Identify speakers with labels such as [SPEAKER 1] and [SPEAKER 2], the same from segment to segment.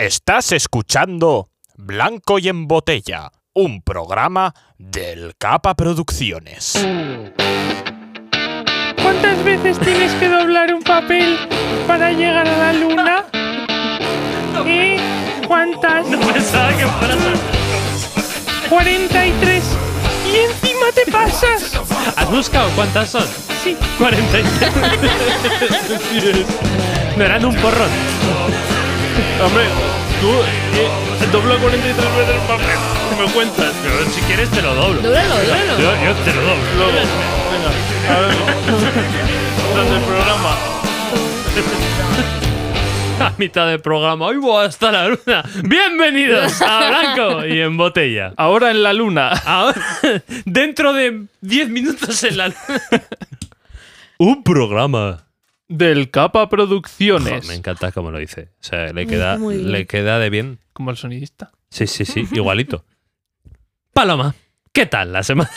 [SPEAKER 1] Estás escuchando Blanco y en Botella, un programa del Capa Producciones.
[SPEAKER 2] ¿Cuántas veces tienes que doblar un papel para llegar a la luna? ¿Eh? ¿Cuántas?
[SPEAKER 3] Pensaba que fueras
[SPEAKER 2] 43. Y encima te pasas.
[SPEAKER 3] a- ¿Has buscado cuántas son?
[SPEAKER 2] Sí.
[SPEAKER 3] 43. no eran un porrón. Hombre, tú eh, doblo 43 veces el papel. Me cuentas. Pero si quieres te lo doblo.
[SPEAKER 4] Dúralo, dúralo.
[SPEAKER 3] Yo, yo te lo doblo. Venga, a ver. Mitad del programa. A mitad del programa, hoy voy hasta la luna. Bienvenidos a Blanco y en botella. Ahora en la luna. dentro de 10 minutos en la luna. Un programa.
[SPEAKER 2] Del Capa
[SPEAKER 3] Jo,
[SPEAKER 2] Producciones.
[SPEAKER 3] me encanta cómo lo dice. O sea, le queda,
[SPEAKER 4] Muy bien.
[SPEAKER 3] le queda de bien.
[SPEAKER 2] Como el sonidista.
[SPEAKER 3] Sí, sí, sí, igualito. Paloma, ¿qué tal la semana?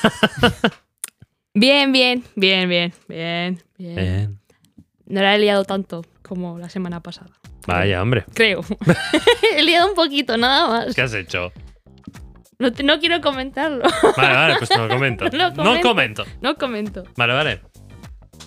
[SPEAKER 4] Bien, bien, bien, bien, bien, bien.
[SPEAKER 3] Eh,
[SPEAKER 4] No la he liado tanto como la semana pasada.
[SPEAKER 3] vaya, hombre.
[SPEAKER 4] Creo. he liado un poquito, nada más.
[SPEAKER 3] ¿Qué has hecho?
[SPEAKER 4] No, te- no quiero comentarlo.
[SPEAKER 3] Vale, vale, pues no comento.
[SPEAKER 4] No
[SPEAKER 3] No comento.
[SPEAKER 4] No comento.
[SPEAKER 3] Vale, vale.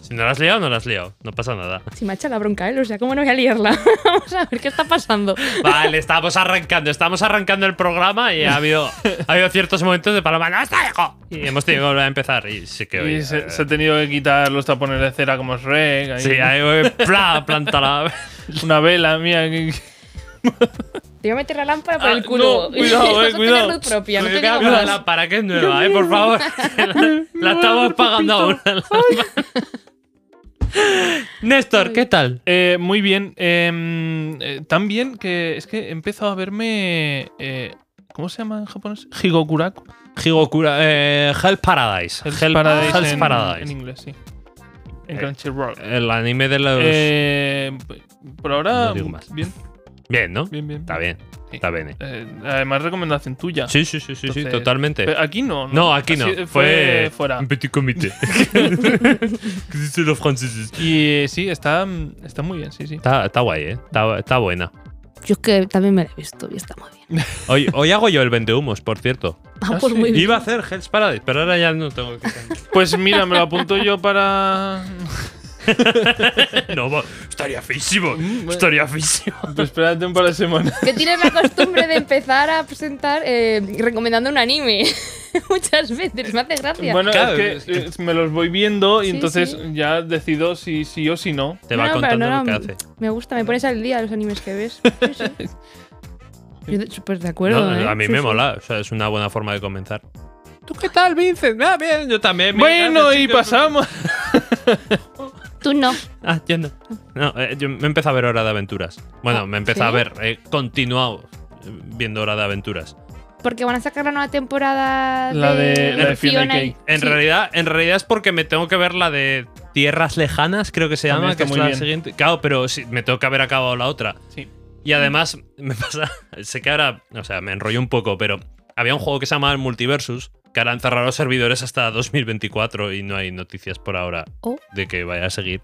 [SPEAKER 3] Si no la has liado, no la has liado. No pasa nada.
[SPEAKER 4] Si me ha echado la bronca él, o sea, ¿cómo no voy a liarla? Vamos a ver qué está pasando.
[SPEAKER 3] Vale, estamos arrancando. Estamos arrancando el programa y ha habido, ha habido ciertos momentos de Paloma. ¡No está hijo! Y hemos tenido que volver a empezar. Y sí que
[SPEAKER 2] Y
[SPEAKER 3] oye,
[SPEAKER 2] se,
[SPEAKER 3] eh,
[SPEAKER 2] se ha tenido que quitar los tapones de cera como Shrek. ahí,
[SPEAKER 3] Sí, ahí voy, pla, planta la.
[SPEAKER 2] Una vela mía. que-
[SPEAKER 4] Te voy a meter la lámpara por
[SPEAKER 2] Ah,
[SPEAKER 4] el culo.
[SPEAKER 2] no, cuidado,
[SPEAKER 4] Vas a
[SPEAKER 2] eh, cuidado.
[SPEAKER 4] tener luz propia, no te
[SPEAKER 3] Cuidado
[SPEAKER 4] digo
[SPEAKER 3] con la
[SPEAKER 4] más.
[SPEAKER 3] lámpara, que es nueva, eh, por favor. La, la estamos pagando ahora. la lámpara. Néstor, ¿qué tal?
[SPEAKER 2] Eh, muy bien. em, eh, tan bien que es que he empezado a verme. eh, ¿Cómo se llama en japonés? Higokuraku.
[SPEAKER 3] Higokura, eh, Hell Paradise.
[SPEAKER 2] Hell's
[SPEAKER 3] Hell-
[SPEAKER 2] Paradise,
[SPEAKER 3] Hell's
[SPEAKER 2] en,
[SPEAKER 3] Paradise.
[SPEAKER 2] en inglés, sí. En
[SPEAKER 3] Eh,
[SPEAKER 2] Crunchyroll.
[SPEAKER 3] El anime de los.
[SPEAKER 2] Eh, por ahora,
[SPEAKER 3] No digo más.
[SPEAKER 2] bien,
[SPEAKER 3] bien, ¿no?
[SPEAKER 2] bien, bien.
[SPEAKER 3] Está bien,
[SPEAKER 2] Sí.
[SPEAKER 3] está bien. eh.
[SPEAKER 2] Eh, además, recomendación tuya.
[SPEAKER 3] Sí, sí, sí, sí, sí,
[SPEAKER 2] Entonces-
[SPEAKER 3] totalmente.
[SPEAKER 2] Pero aquí no.
[SPEAKER 3] No, aquí no.
[SPEAKER 2] Así- eh,
[SPEAKER 3] Fue,
[SPEAKER 2] fuera.
[SPEAKER 3] Un petit comité. ¿Qué dicen los franceses?
[SPEAKER 2] Y eh, sí, está, está muy bien, sí, sí.
[SPEAKER 3] Está, está guay, ¿eh? Está, está buena.
[SPEAKER 4] Yo es que también me la he visto y está muy bien.
[SPEAKER 3] Hoy, hoy hago yo el vendehumos, por cierto.
[SPEAKER 4] Ah,
[SPEAKER 2] Ah,
[SPEAKER 4] pues
[SPEAKER 2] sí.
[SPEAKER 4] muy bien.
[SPEAKER 3] Iba a hacer Hell's Paradise, pero ahora ya no tengo que hacer.
[SPEAKER 2] Pues mira, me lo apunto yo para.
[SPEAKER 3] No, bo- estaría feísimo.
[SPEAKER 2] bueno.
[SPEAKER 3] Estaría feísimo.
[SPEAKER 2] Pues espérate un par de semanas.
[SPEAKER 4] Que tienes la costumbre de empezar a presentar eh, recomendando un anime. Muchas veces, me hace gracia.
[SPEAKER 2] Bueno,
[SPEAKER 3] Claro,
[SPEAKER 2] es
[SPEAKER 3] es
[SPEAKER 2] que eh, me los voy viendo y
[SPEAKER 4] Sí,
[SPEAKER 2] entonces
[SPEAKER 4] sí.
[SPEAKER 2] ya decido si sí o si no.
[SPEAKER 3] Te va
[SPEAKER 4] No, pero
[SPEAKER 3] contando
[SPEAKER 4] no,
[SPEAKER 3] lo que
[SPEAKER 4] no,
[SPEAKER 3] hace.
[SPEAKER 4] Me gusta, me pones al día los animes que ves. Sí, sí. Yo de- súper de acuerdo.
[SPEAKER 3] No,
[SPEAKER 4] ¿eh?
[SPEAKER 3] A mí
[SPEAKER 4] Sí,
[SPEAKER 3] me
[SPEAKER 4] sí.
[SPEAKER 3] mola, o sea, es una buena forma de comenzar. ¿Tú qué tal, Vincent? Ah, bien, yo también.
[SPEAKER 2] Bueno, y
[SPEAKER 3] pasado
[SPEAKER 2] pasamos.
[SPEAKER 4] Tú no.
[SPEAKER 3] Ah, yo no. No, eh, yo me empecé a ver Hora de Aventuras. Bueno,
[SPEAKER 4] Ah,
[SPEAKER 3] me empecé
[SPEAKER 4] ¿sí?
[SPEAKER 3] a ver, he continuado eh, viendo Hora de Aventuras.
[SPEAKER 4] Porque van a sacar la nueva temporada
[SPEAKER 2] La
[SPEAKER 4] de,
[SPEAKER 2] de- la de Fiona y Cake.
[SPEAKER 3] En
[SPEAKER 4] sí.
[SPEAKER 3] realidad, en realidad es porque me tengo que ver la de Tierras Lejanas, creo que se
[SPEAKER 2] También
[SPEAKER 3] llama,
[SPEAKER 2] está
[SPEAKER 3] que es
[SPEAKER 2] muy
[SPEAKER 3] la
[SPEAKER 2] bien.
[SPEAKER 3] siguiente. Claro, pero sí, me tengo que haber acabado la otra.
[SPEAKER 2] Sí.
[SPEAKER 3] Y además, me pasa. Sé que ahora. O sea, me enrollo un poco, pero había un juego que se llamaba el Multiversus, que ahora han cerrado los servidores hasta 2024 y no hay noticias por ahora
[SPEAKER 4] Oh.
[SPEAKER 3] de que vaya a seguir.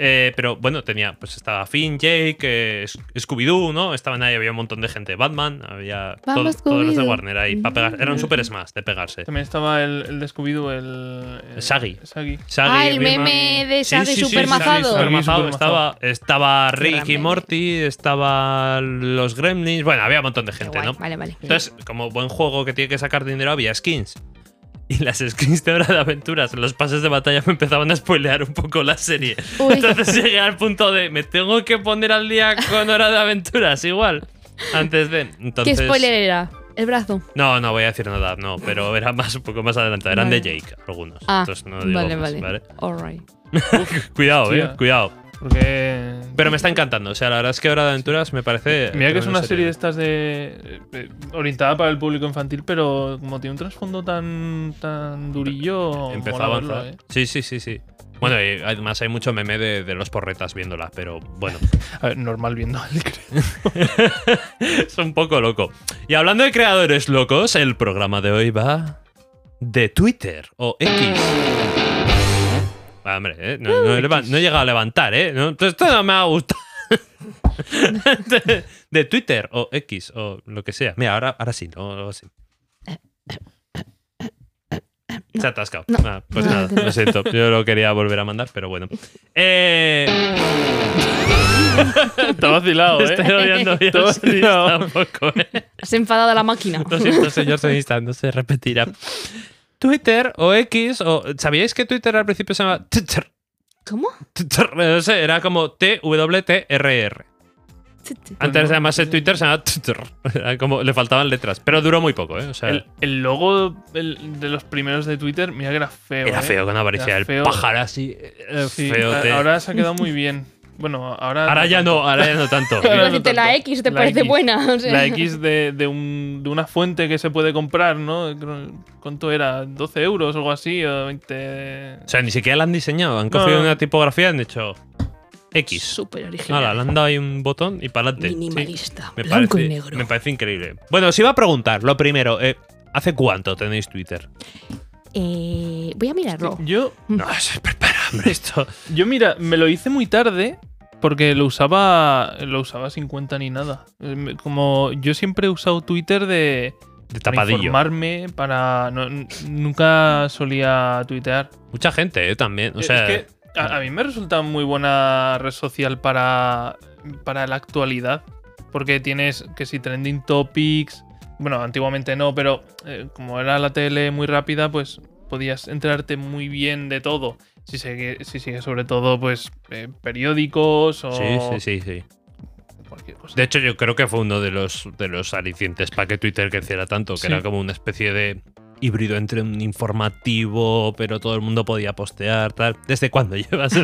[SPEAKER 3] Eh, pero bueno, tenía. Pues estaba Finn, Jake, eh, S- Scooby-Doo, ¿no? Estaban ahí, había un montón de gente. Batman, había. to-
[SPEAKER 4] Vamos,
[SPEAKER 3] todos los de
[SPEAKER 4] Scooby-Doo. Mm.
[SPEAKER 3] Warner ahí. pa' pegar- era un super smash de pegarse.
[SPEAKER 2] También estaba el, el de Scooby-Doo, el, el-
[SPEAKER 3] Shaggy.
[SPEAKER 2] Shaggy.
[SPEAKER 3] Shaggy,
[SPEAKER 4] Ah, el
[SPEAKER 3] Batman.
[SPEAKER 4] meme de Shaggy
[SPEAKER 2] Shaggy
[SPEAKER 4] supermazado.
[SPEAKER 3] supermazado.
[SPEAKER 2] supermazado.
[SPEAKER 3] Estaba, estaba
[SPEAKER 4] Qué gran
[SPEAKER 3] Rick y
[SPEAKER 4] meme.
[SPEAKER 3] Morty, estaba los Gremlins. Bueno, había un montón de
[SPEAKER 4] Qué
[SPEAKER 3] gente,
[SPEAKER 4] guay,
[SPEAKER 3] ¿no?
[SPEAKER 4] Vale, vale.
[SPEAKER 3] Entonces, como buen juego que tiene que sacar dinero, había skins. Y las skins de hora de aventuras, los pases de batalla me empezaban a spoilear un poco la serie.
[SPEAKER 4] Uy.
[SPEAKER 3] Entonces llegué al punto de me tengo que poner al día con hora de aventuras, igual. Antes de.
[SPEAKER 4] ¿Qué
[SPEAKER 3] Entonces,
[SPEAKER 4] spoiler era? El brazo.
[SPEAKER 3] No, no voy a decir nada, no, pero era más un poco más adelante. Eran
[SPEAKER 4] Vale.
[SPEAKER 3] de Jake algunos.
[SPEAKER 4] Ah,
[SPEAKER 3] entonces no digo
[SPEAKER 4] vale,
[SPEAKER 3] más,
[SPEAKER 4] vale,
[SPEAKER 3] ¿vale?
[SPEAKER 4] All right.
[SPEAKER 3] Cuidado, eh,
[SPEAKER 2] Hostia.
[SPEAKER 3] cuidado.
[SPEAKER 2] Porque.
[SPEAKER 3] Pero me está encantando. O sea, la verdad es que Hora de Aventuras me parece.
[SPEAKER 2] Mira que es una
[SPEAKER 3] tremenda
[SPEAKER 2] serie de estas de. eh, orientada para el público infantil, pero como tiene un trasfondo tan. tan durillo.
[SPEAKER 3] Empezó a
[SPEAKER 2] mola verlo,
[SPEAKER 3] avanzar.
[SPEAKER 2] eh.
[SPEAKER 3] Sí, sí, sí, sí. Bueno, y además hay mucho meme de, de los porretas viéndola, pero bueno,
[SPEAKER 2] eh. A ver, normal viendo el
[SPEAKER 3] es un poco loco. Y hablando de creadores locos, el programa de hoy va de Twitter o X. Ah, hombre, eh, no, no he levan- no he llegado a levantar, ¿eh? No, esto no me ha gustado. de, de Twitter o X o lo que sea. Mira, ahora, ahora sí, no, no, sí. Se ha atascado.
[SPEAKER 4] No.
[SPEAKER 3] Ah, pues
[SPEAKER 4] No,
[SPEAKER 3] nada,
[SPEAKER 4] no.
[SPEAKER 3] lo siento. Yo lo quería volver a mandar, pero bueno. Eh,
[SPEAKER 2] Está vacilado, ¿eh?
[SPEAKER 3] estoy odiando bien.
[SPEAKER 2] Todo
[SPEAKER 3] sí,
[SPEAKER 2] tirado.
[SPEAKER 3] tampoco, eh.
[SPEAKER 4] Has enfadado a la máquina.
[SPEAKER 3] Lo siento, señor sonista, no se repetirá. Twitter o X o... ¿Sabíais que Twitter al principio se llamaba Twitter?
[SPEAKER 4] ¿Cómo?
[SPEAKER 3] Twitter, no sé, era como TWTRR. Antes de llamarse Twitter se llamaba Twitter. Era como, le faltaban letras, pero duró muy poco, ¿eh? O sea,
[SPEAKER 2] El, el logo el- de los primeros de Twitter, mira que era feo.
[SPEAKER 3] era
[SPEAKER 2] ¿eh?
[SPEAKER 3] feo con
[SPEAKER 2] Era
[SPEAKER 3] aparecía el
[SPEAKER 2] feo.
[SPEAKER 3] pájaro así. eh,
[SPEAKER 2] Sí,
[SPEAKER 3] feote. Ahora,
[SPEAKER 2] a- Ahora se ha quedado muy bien. Bueno, ahora.
[SPEAKER 3] ya no, ahora ya no tanto.
[SPEAKER 2] Ahora
[SPEAKER 4] Iba a
[SPEAKER 2] no
[SPEAKER 4] decirte la
[SPEAKER 2] tanto.
[SPEAKER 4] X, ¿te
[SPEAKER 2] La
[SPEAKER 4] parece
[SPEAKER 2] X.
[SPEAKER 4] buena? O sea,
[SPEAKER 2] La X de, de, un- de una fuente que se puede comprar, ¿no? ¿Cuánto era? ¿12 euros o algo así? ¿O 20?
[SPEAKER 3] O sea, ni siquiera la han diseñado. Han cogido
[SPEAKER 2] No.
[SPEAKER 3] una tipografía y han hecho X.
[SPEAKER 4] Súper original.
[SPEAKER 3] Ahora, le han dado ahí un botón y para adelante.
[SPEAKER 4] Minimalista.
[SPEAKER 3] Me
[SPEAKER 4] blanco
[SPEAKER 3] parece,
[SPEAKER 4] y negro.
[SPEAKER 3] me parece increíble. Bueno, os iba a preguntar, lo primero, eh, ¿hace cuánto tenéis Twitter?
[SPEAKER 4] Eh, voy a mirarlo.
[SPEAKER 2] Yo,
[SPEAKER 3] No, se prepara, hombre, esto.
[SPEAKER 2] yo mira, me lo hice muy tarde porque lo usaba lo usaba sin cuenta ni nada. Eh, me- Como yo siempre he usado Twitter de
[SPEAKER 3] De
[SPEAKER 2] para
[SPEAKER 3] tapadillo.
[SPEAKER 2] informarme, para no- n- nunca solía tuitear.
[SPEAKER 3] Mucha gente, eh, también. O
[SPEAKER 2] Es
[SPEAKER 3] sea,
[SPEAKER 2] que a, a mí me resulta muy buena red social para, para la actualidad. Porque tienes que si trending topics. Bueno, antiguamente no, pero eh, como era la tele muy rápida, pues podías enterarte muy bien de todo. Si sigue, si sigue sobre todo, pues eh, periódicos o
[SPEAKER 3] sí, sí, sí, sí.
[SPEAKER 2] cualquier cosa.
[SPEAKER 3] De hecho, yo creo que fue uno de los, de los alicientes para que Twitter creciera tanto, que
[SPEAKER 2] Sí.
[SPEAKER 3] era como una especie de híbrido entre un informativo, pero todo el mundo podía postear, tal. ¿Desde cuándo llevas?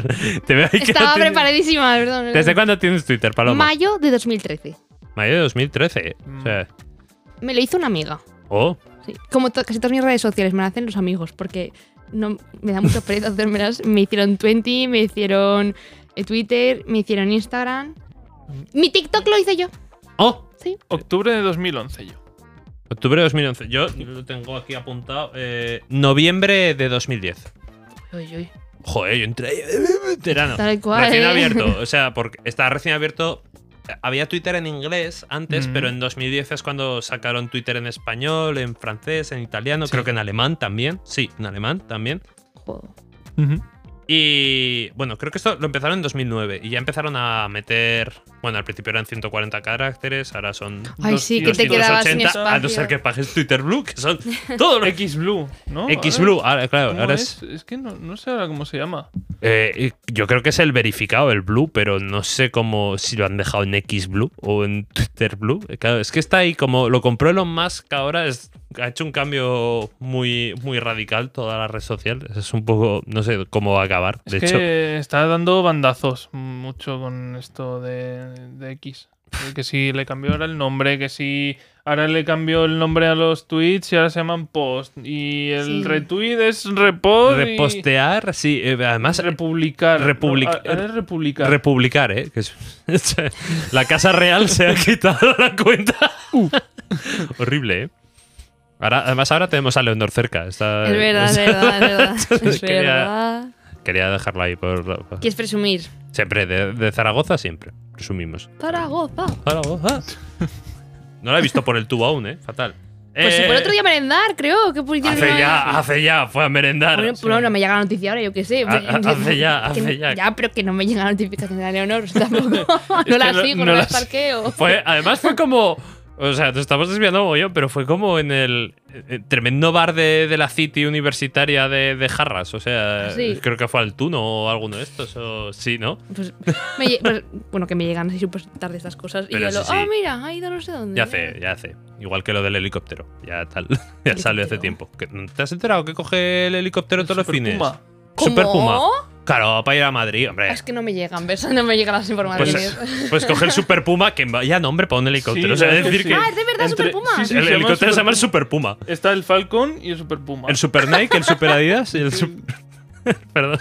[SPEAKER 3] Te veo ahí que
[SPEAKER 4] Estaba
[SPEAKER 3] no tienes-
[SPEAKER 4] preparadísima, perdón.
[SPEAKER 3] ¿Desde cuándo tienes Twitter, Paloma?
[SPEAKER 4] Mayo de 2013.
[SPEAKER 3] Mayo de 2013. eh. O sea,
[SPEAKER 4] Me lo hizo una amiga.
[SPEAKER 3] oh,
[SPEAKER 4] Sí. Como to- casi todas mis redes sociales me las hacen los amigos, porque no me da mucho pereza hacérmelas. Me hicieron 20, me hicieron eh, Twitter, me hicieron Instagram. Mi TikTok lo hice yo.
[SPEAKER 3] oh,
[SPEAKER 4] Sí.
[SPEAKER 2] Octubre de 2011 yo.
[SPEAKER 3] Octubre de 2011. Yo lo tengo aquí apuntado. eh, noviembre de 2010.
[SPEAKER 4] Uy, uy.
[SPEAKER 3] Joder, yo entré ahí, veterano.
[SPEAKER 4] Tal cual,
[SPEAKER 3] Recién
[SPEAKER 4] ¿eh?
[SPEAKER 3] abierto. O sea, porque está recién abierto. Había Twitter en inglés antes,
[SPEAKER 2] Mm.
[SPEAKER 3] pero en 2010 es cuando sacaron Twitter en español, en francés, en italiano, creo que en alemán también. Sí, en alemán también.
[SPEAKER 4] Juego.
[SPEAKER 3] Y bueno, creo que esto lo empezaron en 2009 y ya empezaron a meter. Bueno, al principio eran 140 caracteras, ahora son.
[SPEAKER 4] Ay, sí, que te
[SPEAKER 3] 280,
[SPEAKER 4] quedabas sin
[SPEAKER 3] a no
[SPEAKER 4] espacio.
[SPEAKER 3] ser que pagues Twitter Blue, que son todos los
[SPEAKER 2] Xblue, ¿no?
[SPEAKER 3] Xblue, ahora, claro,
[SPEAKER 2] ¿Cómo
[SPEAKER 3] ahora es.
[SPEAKER 2] es? Es que no, no sé ahora cómo se llama.
[SPEAKER 3] eh, yo creo que es el verificado, el Blue, pero no sé cómo si lo han dejado en Xblue o en Twitter Blue. Eh, Claro, es que está ahí como lo compró Elon Musk, ahora es- ha hecho un cambio muy, muy radical toda la red social. Es un poco, no sé cómo va a acabar.
[SPEAKER 2] Es
[SPEAKER 3] de
[SPEAKER 2] que
[SPEAKER 3] hecho,
[SPEAKER 2] está dando bandazos mucho con esto de, de X. De Que si le cambió ahora el nombre, que si ahora le cambió el nombre a los tweets y ahora se llaman post. Y el
[SPEAKER 4] Sí.
[SPEAKER 2] retweet es repost. y
[SPEAKER 3] repostear, sí, eh, además
[SPEAKER 2] Republicar.
[SPEAKER 3] Republic-
[SPEAKER 2] No, ahora es republicar.
[SPEAKER 3] republicar, ¿eh? Que es- la Casa Real se ha quitado la cuenta. Horrible, ¿eh? Ahora, además, ahora tenemos a Leonor cerca. Está-
[SPEAKER 4] Es verdad, eh. es verdad, es verdad. Es
[SPEAKER 3] Quería-
[SPEAKER 4] verdad.
[SPEAKER 3] Quería dejarlo ahí por. por-
[SPEAKER 4] ¿Quieres presumir?
[SPEAKER 3] Siempre, de, de Zaragoza siempre, presumimos.
[SPEAKER 4] Zaragoza.
[SPEAKER 3] Zaragoza. No la he visto por el tubo aún, ¿eh? Fatal.
[SPEAKER 4] Pues
[SPEAKER 3] Eh,
[SPEAKER 4] si fue el otro día a merendar, creo. Que por
[SPEAKER 3] Hace ya, hace ya, fue a merendar.
[SPEAKER 4] Bueno, pues, bueno, me llega la noticia ahora, yo qué sé.
[SPEAKER 3] Ha- ha- Ah, hace ya,
[SPEAKER 4] Que-
[SPEAKER 3] hace ya.
[SPEAKER 4] Ya, pero que no me llega la notificación de la Leonor, tampoco. no la
[SPEAKER 3] no-
[SPEAKER 4] sigo,
[SPEAKER 3] no
[SPEAKER 4] no, la
[SPEAKER 3] las-
[SPEAKER 4] parqueo.
[SPEAKER 3] Fue, además fue como. O sea, te estamos desviando mogollón, pero fue como en el eh, tremendo bar de, de la City Universitaria de, de Jarras. O sea,
[SPEAKER 4] Ah, Sí.
[SPEAKER 3] creo que fue Altuno o alguno de estos. O, sí, ¿no?
[SPEAKER 4] Pues, me lle- pues, bueno, que me llegan así súper tarde estas cosas.
[SPEAKER 3] Pero
[SPEAKER 4] y yo
[SPEAKER 3] sí,
[SPEAKER 4] lo,
[SPEAKER 3] sí.
[SPEAKER 4] ah, mira, ha ido no sé dónde.
[SPEAKER 3] Ya hace, ya hace. Igual que lo del helicóptero. Ya tal. Ya salió hace
[SPEAKER 4] Helicóptero.
[SPEAKER 3] tiempo. ¿Que- ¿Te has enterado que coge el helicóptero todos los
[SPEAKER 2] Super
[SPEAKER 3] fines?
[SPEAKER 2] Puma.
[SPEAKER 4] ¿Cómo?
[SPEAKER 3] Super Puma. Claro, para ir a Madrid, hombre.
[SPEAKER 4] Es que no me llegan, ¿ves? No me llegan las
[SPEAKER 3] Eh. Pues,
[SPEAKER 4] informaciones.
[SPEAKER 3] pues coge el Super Puma, que vaya nombre para un helicóptero.
[SPEAKER 2] Sí,
[SPEAKER 3] o sea,
[SPEAKER 2] la
[SPEAKER 3] es
[SPEAKER 2] verdad
[SPEAKER 3] decir
[SPEAKER 2] que
[SPEAKER 3] que
[SPEAKER 2] sí.
[SPEAKER 4] Ah, es de verdad,
[SPEAKER 2] Entre-
[SPEAKER 4] Super Puma.
[SPEAKER 2] sí, sí,
[SPEAKER 3] el
[SPEAKER 2] se llama
[SPEAKER 3] helicóptero se llama el
[SPEAKER 2] Super
[SPEAKER 3] Super Puma.
[SPEAKER 2] Está el Falcon y el Super Puma.
[SPEAKER 3] El Super Nike, el Super Adidas y el Super. Perdón.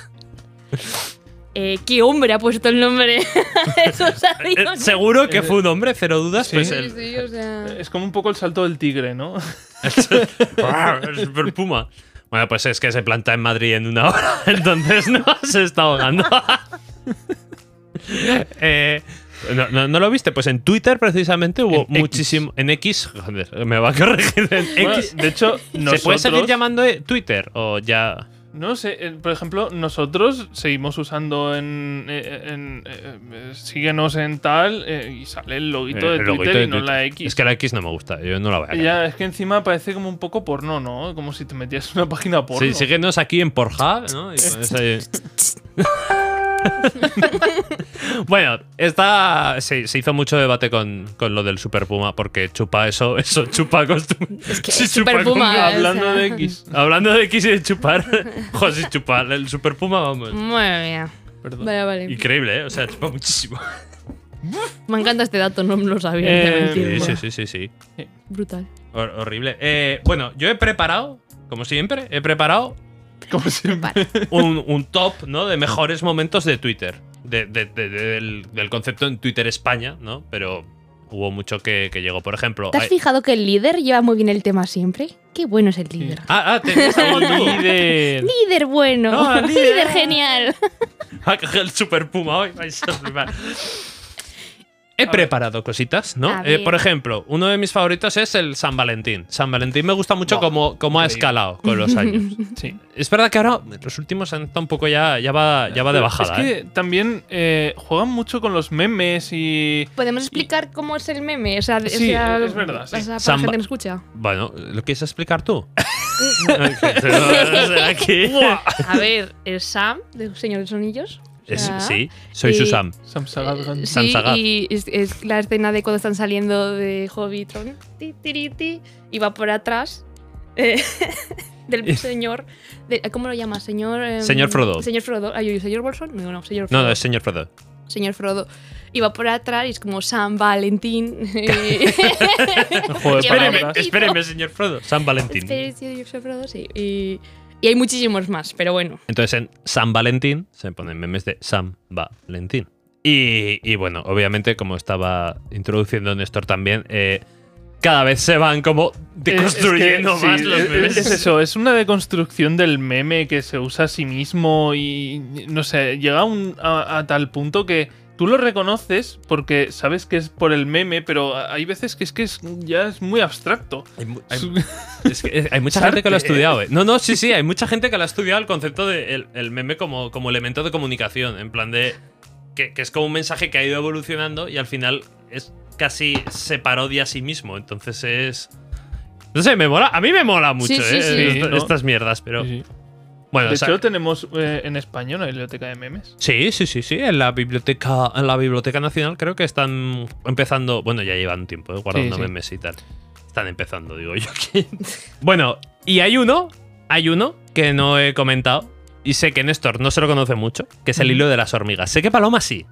[SPEAKER 4] Eh, ¿Qué hombre ha puesto el nombre a esos
[SPEAKER 3] Eh,
[SPEAKER 4] aviones?
[SPEAKER 3] Seguro que fue un hombre, cero dudas.
[SPEAKER 2] Sí.
[SPEAKER 3] Pues
[SPEAKER 4] Sí,
[SPEAKER 3] el,
[SPEAKER 4] sí, o sea.
[SPEAKER 2] Es como un poco el salto del tigre, ¿no?
[SPEAKER 3] Ah, el Super Puma. Bueno, pues es que se planta en Madrid en una hora, entonces no se está ahogando. Eh, No, no- no lo viste? Pues en Twitter precisamente hubo
[SPEAKER 2] En X.
[SPEAKER 3] muchísimo. En X, joder, me va a corregir. En
[SPEAKER 2] Bueno,
[SPEAKER 3] X.
[SPEAKER 2] de hecho, nosotros,
[SPEAKER 3] ¿Se puede seguir llamando eh, Twitter? O ya.
[SPEAKER 2] No sé, eh, por ejemplo, nosotros seguimos usando en. eh, en, eh, eh, síguenos en tal eh, y sale el loguito de
[SPEAKER 3] eh, el
[SPEAKER 2] Twitter
[SPEAKER 3] loguito
[SPEAKER 2] y
[SPEAKER 3] de
[SPEAKER 2] no
[SPEAKER 3] Twitter.
[SPEAKER 2] la X.
[SPEAKER 3] Es que la X no me gusta, yo no la voy a cambiar.
[SPEAKER 2] Ya, es que encima parece como un poco porno, ¿no? Como si te metías en una página porno.
[SPEAKER 3] Sí, síguenos aquí en Porja, ¿no? Y
[SPEAKER 4] Este.
[SPEAKER 3] con eso ahí- bueno, esta se, se hizo mucho debate con, con lo del Super Puma, porque chupa eso, eso chupa costumbre.
[SPEAKER 4] Es que
[SPEAKER 3] Sí,
[SPEAKER 4] es eh. Super
[SPEAKER 3] chupa con-
[SPEAKER 4] Puma.
[SPEAKER 2] Hablando
[SPEAKER 4] o sea.
[SPEAKER 2] de X.
[SPEAKER 3] Hablando de X y de chupar, joder, si chupar el Super Puma, vamos.
[SPEAKER 4] Madre mía.
[SPEAKER 3] Perdón.
[SPEAKER 4] Vale, vale.
[SPEAKER 3] Increíble, ¿eh? O sea, chupa muchísimo.
[SPEAKER 4] Me encanta este dato, no lo sabía.
[SPEAKER 2] Eh,
[SPEAKER 4] te voy a
[SPEAKER 3] Sí,
[SPEAKER 4] decir.
[SPEAKER 3] sí, sí, sí. sí.
[SPEAKER 4] Brutal.
[SPEAKER 3] Hor- horrible. Eh, bueno, yo he preparado, como siempre, he preparado
[SPEAKER 2] Como siempre.
[SPEAKER 4] Vale.
[SPEAKER 3] un, un top ¿no? de mejores momentos de Twitter. De- de- de- de- del, del concepto en Twitter España, ¿no? Pero hubo mucho que, que llegó. Por ejemplo.
[SPEAKER 4] ¿Te has
[SPEAKER 3] hay-
[SPEAKER 4] fijado que el líder lleva muy bien el tema siempre? Qué bueno es el líder.
[SPEAKER 3] Ah, ah, tenías algo tú.
[SPEAKER 4] Líder bueno.
[SPEAKER 3] No, el líder.
[SPEAKER 4] líder. genial.
[SPEAKER 3] Ah, que el super puma hoy. vais a flipar. He preparado cositas, ¿no?
[SPEAKER 4] A
[SPEAKER 3] Eh,
[SPEAKER 4] ver.
[SPEAKER 3] por ejemplo, uno de mis favoritos es el San Valentín. San Valentín me gusta mucho
[SPEAKER 2] Buah,
[SPEAKER 3] cómo, cómo ha
[SPEAKER 2] increíble.
[SPEAKER 3] escalado con los años.
[SPEAKER 2] Sí.
[SPEAKER 3] es verdad que ahora los últimos han estado un poco ya, ya va, ya va de bajada.
[SPEAKER 2] Es
[SPEAKER 3] ¿eh?
[SPEAKER 2] que también eh, juegan mucho con los memes y.
[SPEAKER 4] ¿Podemos explicar cómo es el meme? O sea, de-
[SPEAKER 2] Sí,
[SPEAKER 4] o sea,
[SPEAKER 2] es verdad, sí.
[SPEAKER 4] o sea, para
[SPEAKER 3] Samba-
[SPEAKER 4] la gente que no escucha.
[SPEAKER 3] Bueno, ¿lo quieres explicar tú? Aquí.
[SPEAKER 4] A ver, el Sam, de Señor de los Anillos. o
[SPEAKER 3] Es-
[SPEAKER 4] sea,
[SPEAKER 3] sí, soy
[SPEAKER 4] Ah. y-
[SPEAKER 3] Susam.
[SPEAKER 2] Sam
[SPEAKER 4] Eh,
[SPEAKER 2] Sagadran.
[SPEAKER 3] Sam
[SPEAKER 4] Sí,
[SPEAKER 3] Sagat.
[SPEAKER 4] y es, es la escena de cuando están saliendo de Hobbitron. Ti, tiri, ti, y va por atrás eh, del señor. de- ¿Cómo lo llama? Señor. em,
[SPEAKER 3] Señor Frodo.
[SPEAKER 4] Señor Frodo. Ay, uy, ¿Señor Bolson? No, no, señor
[SPEAKER 3] No,
[SPEAKER 4] Frodo.
[SPEAKER 3] no, es señor Frodo.
[SPEAKER 4] Señor Frodo. Y va por atrás y es como San Valentín. y-
[SPEAKER 2] Joder,
[SPEAKER 4] Qué
[SPEAKER 2] palabras.
[SPEAKER 4] Valentín.
[SPEAKER 3] señor Frodo. San
[SPEAKER 4] Pero
[SPEAKER 3] Valentín.
[SPEAKER 4] sí, yo soy Frodo, sí. Y, y hay muchísimos más, pero bueno.
[SPEAKER 3] Entonces en San Valentín se ponen memes de San Valentín. Y, y bueno, obviamente, como estaba introduciendo Néstor también, eh, cada vez se van como
[SPEAKER 2] Eh, Es- es que,
[SPEAKER 3] deconstruyendo
[SPEAKER 2] sí,
[SPEAKER 3] más los
[SPEAKER 2] es-
[SPEAKER 3] memes.
[SPEAKER 2] Es eso, es una deconstrucción del meme que se usa a sí mismo y no sé, llega a un- a, a tal punto que tú lo reconoces porque sabes que es por el meme, pero a- hay veces que es que es- ya es muy abstracto.
[SPEAKER 3] Hay mu-
[SPEAKER 2] Es-
[SPEAKER 3] hay- Es que, eh, hay mucha gente que lo ha
[SPEAKER 2] Arte.
[SPEAKER 3] estudiado. eh. No, no, sí, sí, hay mucha gente que lo ha estudiado el concepto del el, el meme como, como elemento de comunicación. En plan de. Que, que es como un mensaje que ha ido evolucionando y al final es casi se parodia a sí mismo. Entonces es. No sé, me mola. A mí me mola mucho,
[SPEAKER 4] Sí, sí,
[SPEAKER 3] eh,
[SPEAKER 4] sí.
[SPEAKER 3] est-
[SPEAKER 2] Sí, ¿no?
[SPEAKER 3] Estas mierdas, pero.
[SPEAKER 2] Sí, sí.
[SPEAKER 3] Bueno,
[SPEAKER 2] De
[SPEAKER 3] o sea,
[SPEAKER 2] hecho, tenemos eh, en español una biblioteca de memes.
[SPEAKER 3] Sí, sí, sí, sí. En la biblioteca, en la biblioteca nacional creo que están empezando. Bueno, ya llevan tiempo eh, guardando
[SPEAKER 2] Sí, sí.
[SPEAKER 3] memes y tal. Están empezando, digo yo. que- bueno, y hay uno, hay uno que no he comentado y sé que Néstor no se lo conoce mucho, que es el hilo de las hormigas. Sé que Paloma sí.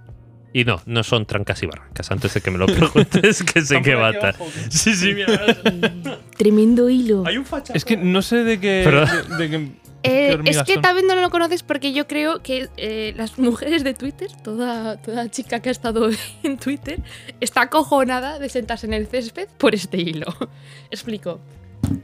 [SPEAKER 3] Y no, no son trancas y barrancas. Antes de que me lo preguntes, que sé que va a estar. Sí, sí, mira.
[SPEAKER 4] Tremendo hilo.
[SPEAKER 3] Hay un facha.
[SPEAKER 2] Es que no sé de qué.
[SPEAKER 3] Pero-
[SPEAKER 2] de- de qué-
[SPEAKER 4] Eh,
[SPEAKER 2] qué hormigas
[SPEAKER 4] es que
[SPEAKER 2] son.
[SPEAKER 4] también no lo conoces porque yo creo que eh, las mujeres de Twitter, toda, toda chica que ha estado en Twitter, está acojonada de sentarse en el césped por este hilo. Explico.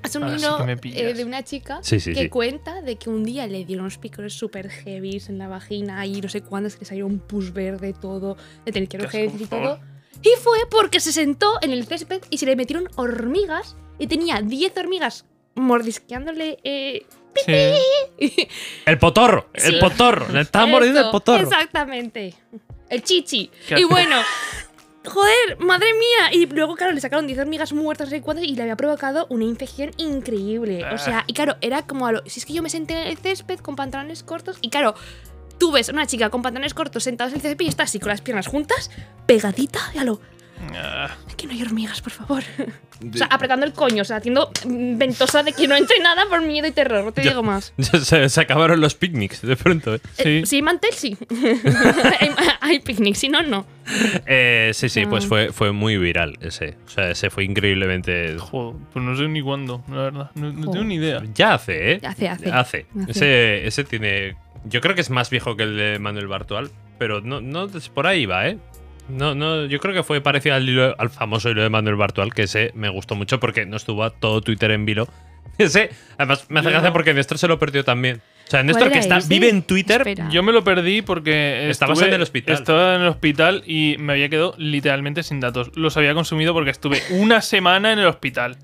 [SPEAKER 4] Es un
[SPEAKER 2] Ahora sí
[SPEAKER 4] hilo
[SPEAKER 2] que me
[SPEAKER 4] eh,
[SPEAKER 2] pillas.
[SPEAKER 4] de una chica
[SPEAKER 3] Sí, sí,
[SPEAKER 4] que
[SPEAKER 3] sí.
[SPEAKER 4] cuenta de que un día le dieron unos picores súper heavy en la vagina y no sé cuándo, es que le salió un pus verde todo, de tener que ir a
[SPEAKER 2] Qué asco,
[SPEAKER 4] urgencias y
[SPEAKER 2] por
[SPEAKER 4] todo. Y fue porque se sentó en el césped y se le metieron hormigas y tenía 10 hormigas mordisqueándole eh,
[SPEAKER 2] Sí.
[SPEAKER 3] El potorro, el
[SPEAKER 4] Sí.
[SPEAKER 3] potorro. Le estaban mordiendo el
[SPEAKER 4] Eso,
[SPEAKER 3] potorro.
[SPEAKER 4] Exactamente. El chichi.
[SPEAKER 2] Qué
[SPEAKER 4] Y
[SPEAKER 2] asco.
[SPEAKER 4] bueno, joder, madre mía. Y luego, claro, le sacaron 10 hormigas muertas, no sé cuántas, y le había provocado una infección increíble. O sea, y claro, era como a lo. Si es que yo me senté en el césped con pantalones cortos, y claro. Tú ves a una chica con pantalones cortos sentados en el césped y está así con las piernas juntas, pegadita, y a lo.
[SPEAKER 2] Ah,
[SPEAKER 4] Que no hay hormigas, por favor. O sea, apretando el coño, o sea, haciendo mm, ventosa de que no entre nada por miedo y terror, no te
[SPEAKER 3] Yo-
[SPEAKER 4] digo más.
[SPEAKER 3] se, se acabaron los picnics de pronto. ¿eh?
[SPEAKER 2] sí.
[SPEAKER 4] Eh, Si hay mantel, sí. hay, hay picnic, si no, no.
[SPEAKER 3] Eh, sí, sí,
[SPEAKER 4] Ah.
[SPEAKER 3] pues fue, fue muy viral ese. O sea, ese fue increíblemente.
[SPEAKER 2] Joder, pues no sé ni cuándo, la verdad. No, no tengo
[SPEAKER 4] Joder.
[SPEAKER 2] ni idea.
[SPEAKER 3] Ya hace, ¿eh?
[SPEAKER 4] Hace, hace.
[SPEAKER 3] Hace.
[SPEAKER 4] Hace.
[SPEAKER 3] Ese, ese tiene. Yo creo que es más viejo que el de Manuel Bartual, pero no, no por ahí va, ¿eh? No, no, yo creo que fue parecido al, hilo- al famoso hilo de Manuel Bartual, que ese me gustó mucho porque no estuvo a todo Twitter en vilo. Ese, además, me hace
[SPEAKER 2] Yo
[SPEAKER 3] gracia
[SPEAKER 2] no.
[SPEAKER 3] porque Néstor se lo perdió también. O sea,
[SPEAKER 4] ¿Cuál
[SPEAKER 3] Néstor que
[SPEAKER 4] era
[SPEAKER 3] está,
[SPEAKER 4] ese?
[SPEAKER 3] vive en Twitter.
[SPEAKER 4] Espera.
[SPEAKER 2] Yo me lo perdí porque.
[SPEAKER 3] Estabas
[SPEAKER 2] estuve-
[SPEAKER 3] en el hospital.
[SPEAKER 2] Estaba en el hospital y me había quedado literalmente sin datos. Los había consumido porque estuve una semana en el hospital.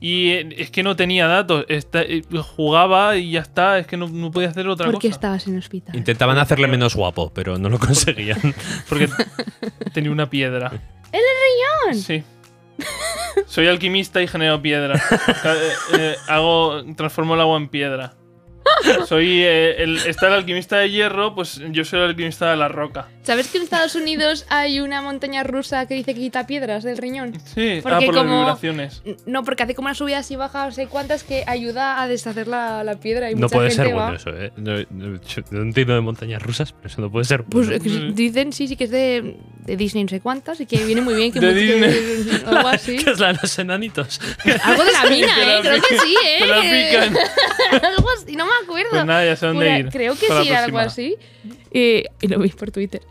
[SPEAKER 2] Y eh, es que no tenía datos. Esta- eh, jugaba y ya está. Es que no, no podía hacer otra
[SPEAKER 4] ¿Por qué
[SPEAKER 2] cosa.
[SPEAKER 4] estabas en hospital?
[SPEAKER 3] Intentaban hacerle menos guapo, pero no lo conseguían.
[SPEAKER 2] Porque tenía una piedra.
[SPEAKER 4] ¿En
[SPEAKER 2] el riñón? Sí. Soy alquimista y genero piedra. Ca- eh, eh, hago, transformo el agua en piedra. Soy eh, el, está el alquimista de hierro, pues yo soy el alquimista de la roca.
[SPEAKER 4] ¿Sabes que en Estados Unidos hay una montaña rusa que dice que quita piedras del riñón?
[SPEAKER 2] Sí, ah,
[SPEAKER 4] Porque
[SPEAKER 2] por las
[SPEAKER 4] como-
[SPEAKER 2] vibraciones.
[SPEAKER 4] No, porque hace como unas subidas y bajas, no sé cuántas, que ayuda a deshacer la, la piedra y
[SPEAKER 3] No
[SPEAKER 4] mucha
[SPEAKER 3] puede
[SPEAKER 4] gente
[SPEAKER 3] ser
[SPEAKER 4] va.
[SPEAKER 3] bueno eso, ¿eh? No, no, yo no entiendo de montañas rusas, pero eso no puede ser
[SPEAKER 4] Pues
[SPEAKER 3] bueno.
[SPEAKER 4] eh, que dicen, sí, sí, que es de, de Disney, no sé cuántas, y que viene muy bien. Que
[SPEAKER 2] De
[SPEAKER 4] muy- que- algo así.
[SPEAKER 3] ¿Qué es la de los enanitos?
[SPEAKER 4] Algo de la mina,
[SPEAKER 2] Te la
[SPEAKER 4] ¿eh? Creo que sí, ¿eh?
[SPEAKER 2] Te la pican.
[SPEAKER 4] algo así, no me acuerdo.
[SPEAKER 2] Pues nada, ya sé dónde
[SPEAKER 4] Una-
[SPEAKER 2] ir.
[SPEAKER 4] Creo que
[SPEAKER 2] Para la
[SPEAKER 4] sí, era algo
[SPEAKER 2] próxima.
[SPEAKER 4] así. Eh, y lo vi por Twitter.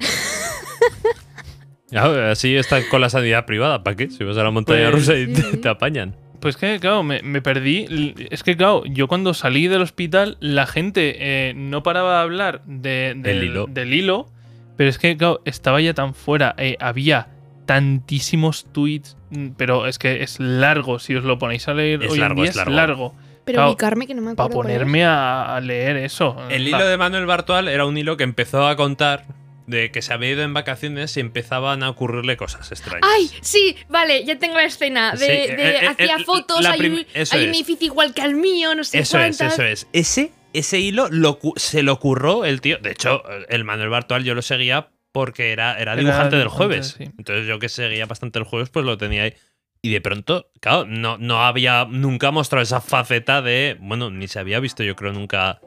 [SPEAKER 3] Ya, Ah, Así está con la sanidad privada, ¿para qué? Si vas a la montaña
[SPEAKER 2] Pues-
[SPEAKER 3] rusa y
[SPEAKER 4] Sí,
[SPEAKER 3] te,
[SPEAKER 4] sí.
[SPEAKER 3] te apañan.
[SPEAKER 2] Pues que, claro, me, me perdí. L- Es que, claro, yo cuando salí del hospital, la gente eh, no paraba de hablar de, del-
[SPEAKER 3] Del hilo.
[SPEAKER 2] del hilo, pero es que, claro, estaba ya tan fuera. eh, había tantísimos tweets, mm, pero es que es largo si os lo ponéis a leer
[SPEAKER 3] Es
[SPEAKER 2] hoy en
[SPEAKER 3] largo,
[SPEAKER 2] día,
[SPEAKER 3] es largo.
[SPEAKER 4] Pero
[SPEAKER 2] Claro,
[SPEAKER 4] ubicarme que no me acuerdo.
[SPEAKER 2] Para
[SPEAKER 4] cuál era.
[SPEAKER 2] ponerme a, a leer eso.
[SPEAKER 3] El
[SPEAKER 2] Ah,
[SPEAKER 3] hilo de Manuel Bartual era un hilo que empezó a contar de que se había ido en vacaciones y empezaban a ocurrirle cosas extrañas.
[SPEAKER 4] ¡Ay! Sí, vale, ya tengo la escena. De,
[SPEAKER 3] Sí,
[SPEAKER 4] de
[SPEAKER 3] eh, eh,
[SPEAKER 4] hacía
[SPEAKER 3] eh,
[SPEAKER 4] fotos,
[SPEAKER 3] la
[SPEAKER 4] hay,
[SPEAKER 3] prim-
[SPEAKER 4] un,
[SPEAKER 3] eso
[SPEAKER 4] hay un
[SPEAKER 3] es.
[SPEAKER 4] edificio igual que al mío, no sé
[SPEAKER 3] Eso es,
[SPEAKER 4] cuántas.
[SPEAKER 3] eso es. Ese, ese hilo lo cu- se lo curró el tío. De hecho, el Manuel Bartual yo lo seguía porque era, era
[SPEAKER 2] Era
[SPEAKER 3] dibujante del
[SPEAKER 2] dibujante,
[SPEAKER 3] jueves.
[SPEAKER 2] sí.
[SPEAKER 3] Entonces yo que seguía bastante el jueves, pues lo tenía ahí. Y de pronto, claro, no, no había nunca mostrado esa faceta de. Bueno, ni se había visto, yo creo, nunca